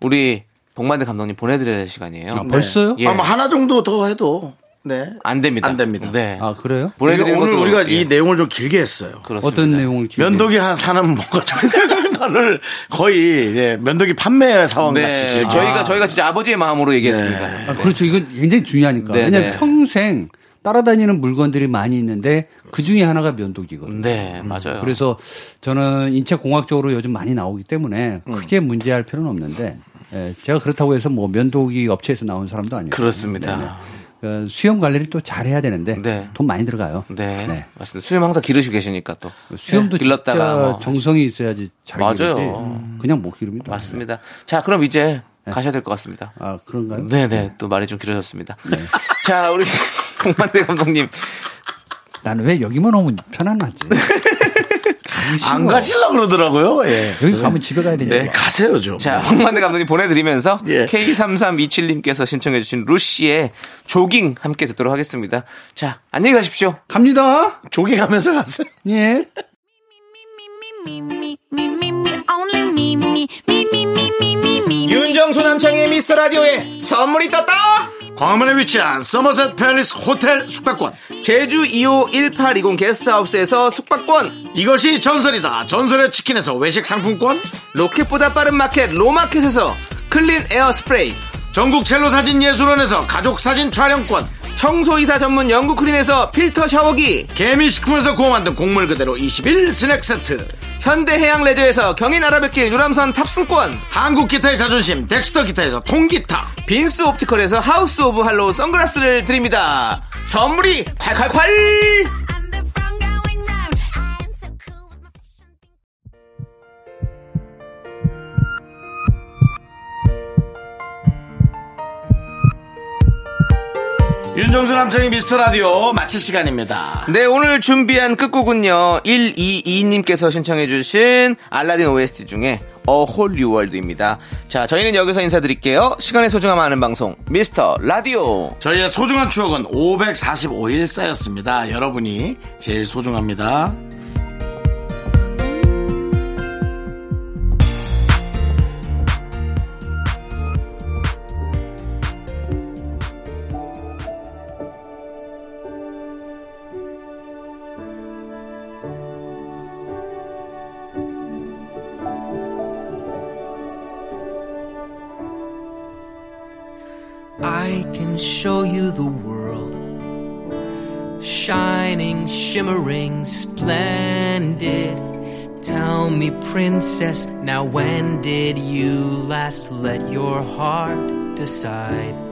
Speaker 2: 우리 동만대 감독님 보내드려야 될 시간이에요.
Speaker 6: 아, 벌써요?
Speaker 2: 예.
Speaker 1: 아마 하나 정도 더 해도 네.
Speaker 2: 안 됩니다.
Speaker 1: 안 됩니다.
Speaker 2: 네.
Speaker 6: 아 그래요?
Speaker 2: 보내드리는
Speaker 1: 오늘
Speaker 2: 것도-
Speaker 1: 우리가
Speaker 2: 예,
Speaker 1: 이 내용을 좀 길게 했어요.
Speaker 2: 그렇습니다. 네.
Speaker 6: 어떤 내용을 기억해?
Speaker 1: 면도기 한 사는 뭔가 좀 나를 거의 예, 면도기 판매 사원
Speaker 2: 네,
Speaker 1: 같이 길게.
Speaker 2: 저희가 저희가 진짜 아버지의
Speaker 1: 네.
Speaker 2: 마음으로 얘기했습니다.
Speaker 6: 아, 그렇죠. 이건 굉장히 중요하니까.
Speaker 2: 네,
Speaker 6: 왜냐하면
Speaker 2: 네.
Speaker 6: 평생 따라다니는 물건들이 많이 있는데 그 중에 하나가 면도기거든요.
Speaker 2: 네, 맞아요.
Speaker 6: 그래서 저는 인체 공학적으로 요즘 많이 나오기 때문에
Speaker 2: 음.
Speaker 6: 크게 문제할 필요는 없는데 예, 제가 그렇다고 해서 뭐 면도기 업체에서 나온 사람도 아니고
Speaker 2: 그렇습니다.
Speaker 6: 어, 수염 관리를 또 잘해야 되는데
Speaker 2: 네.
Speaker 6: 돈 많이 들어가요.
Speaker 2: 네,
Speaker 6: 네.
Speaker 2: 맞습니다. 수염 항상 기르시고 계시니까 또
Speaker 6: 그 수염도
Speaker 2: 길렀다가
Speaker 6: 진짜
Speaker 2: 뭐.
Speaker 6: 정성이 있어야지 잘
Speaker 2: 맞아요. 음.
Speaker 6: 기르지. 그냥 못 기릅니다.
Speaker 2: 맞습니다. 자, 그럼 이제 가셔야 될 것 같습니다.
Speaker 6: 네. 아 네. 그런가요?
Speaker 2: 네, 네, 또 말이 좀 길어졌습니다. 자, 우리 동만대 감독님
Speaker 6: 나는 왜 여기만 오면 편안하지?
Speaker 1: 안 가실라 그러더라고요. 예.
Speaker 6: 여기 가면 집에 가야 되니까.
Speaker 1: 네, 가세요 좀.
Speaker 2: 자, 황만대 감독님 보내드리면서
Speaker 1: 예.
Speaker 2: K3327님께서 신청해주신 루시의 조깅 함께 듣도록 하겠습니다. 자, 안녕히 가십시오.
Speaker 6: 갑니다.
Speaker 1: 조깅하면서 가세요.
Speaker 6: 예.
Speaker 7: 윤정수 남창의 미스터 라디오에 선물이 떴다!
Speaker 1: 광화문에 위치한 서머셋 팰리스 호텔 숙박권.
Speaker 2: 제주 2호 1820 게스트하우스에서 숙박권,
Speaker 1: 이것이 전설이다. 전설의 치킨에서 외식 상품권.
Speaker 2: 로켓보다 빠른 마켓 로마켓에서 클린 에어 스프레이,
Speaker 1: 전국 첼로 사진 예술원에서 가족 사진 촬영권.
Speaker 2: 청소이사 전문 영국 클린에서 필터 샤워기,
Speaker 1: 개미식품에서 구워 만든 곡물 그대로 21 스낵 세트.
Speaker 2: 현대해양 레저에서 경인 아라뱃길 유람선 탑승권,
Speaker 1: 한국 기타의 자존심 덱스터 기타에서 통기타.
Speaker 2: 빈스 옵티컬에서 하우스 오브 할로우 선글라스를 드립니다. 선물이 콸콸콸!
Speaker 3: I'm the wrong going round. I am so cool with my fashion.
Speaker 1: 윤정수 남창희 미스터 라디오 마칠 시간입니다.
Speaker 2: 네, 오늘 준비한 끝곡은요. 122님께서 신청해주신 알라딘 OST 중에 A Whole New World입니다. 자, 저희는 여기서 인사드릴게요. 시간의 소중함 아는 방송, 미스터 라디오.
Speaker 1: 저희의 소중한 추억은 545일 쌓였습니다. 여러분이 제일 소중합니다.
Speaker 9: I can show you the world. Shining, shimmering, splendid. Tell me, princess, now when did you last let your heart decide?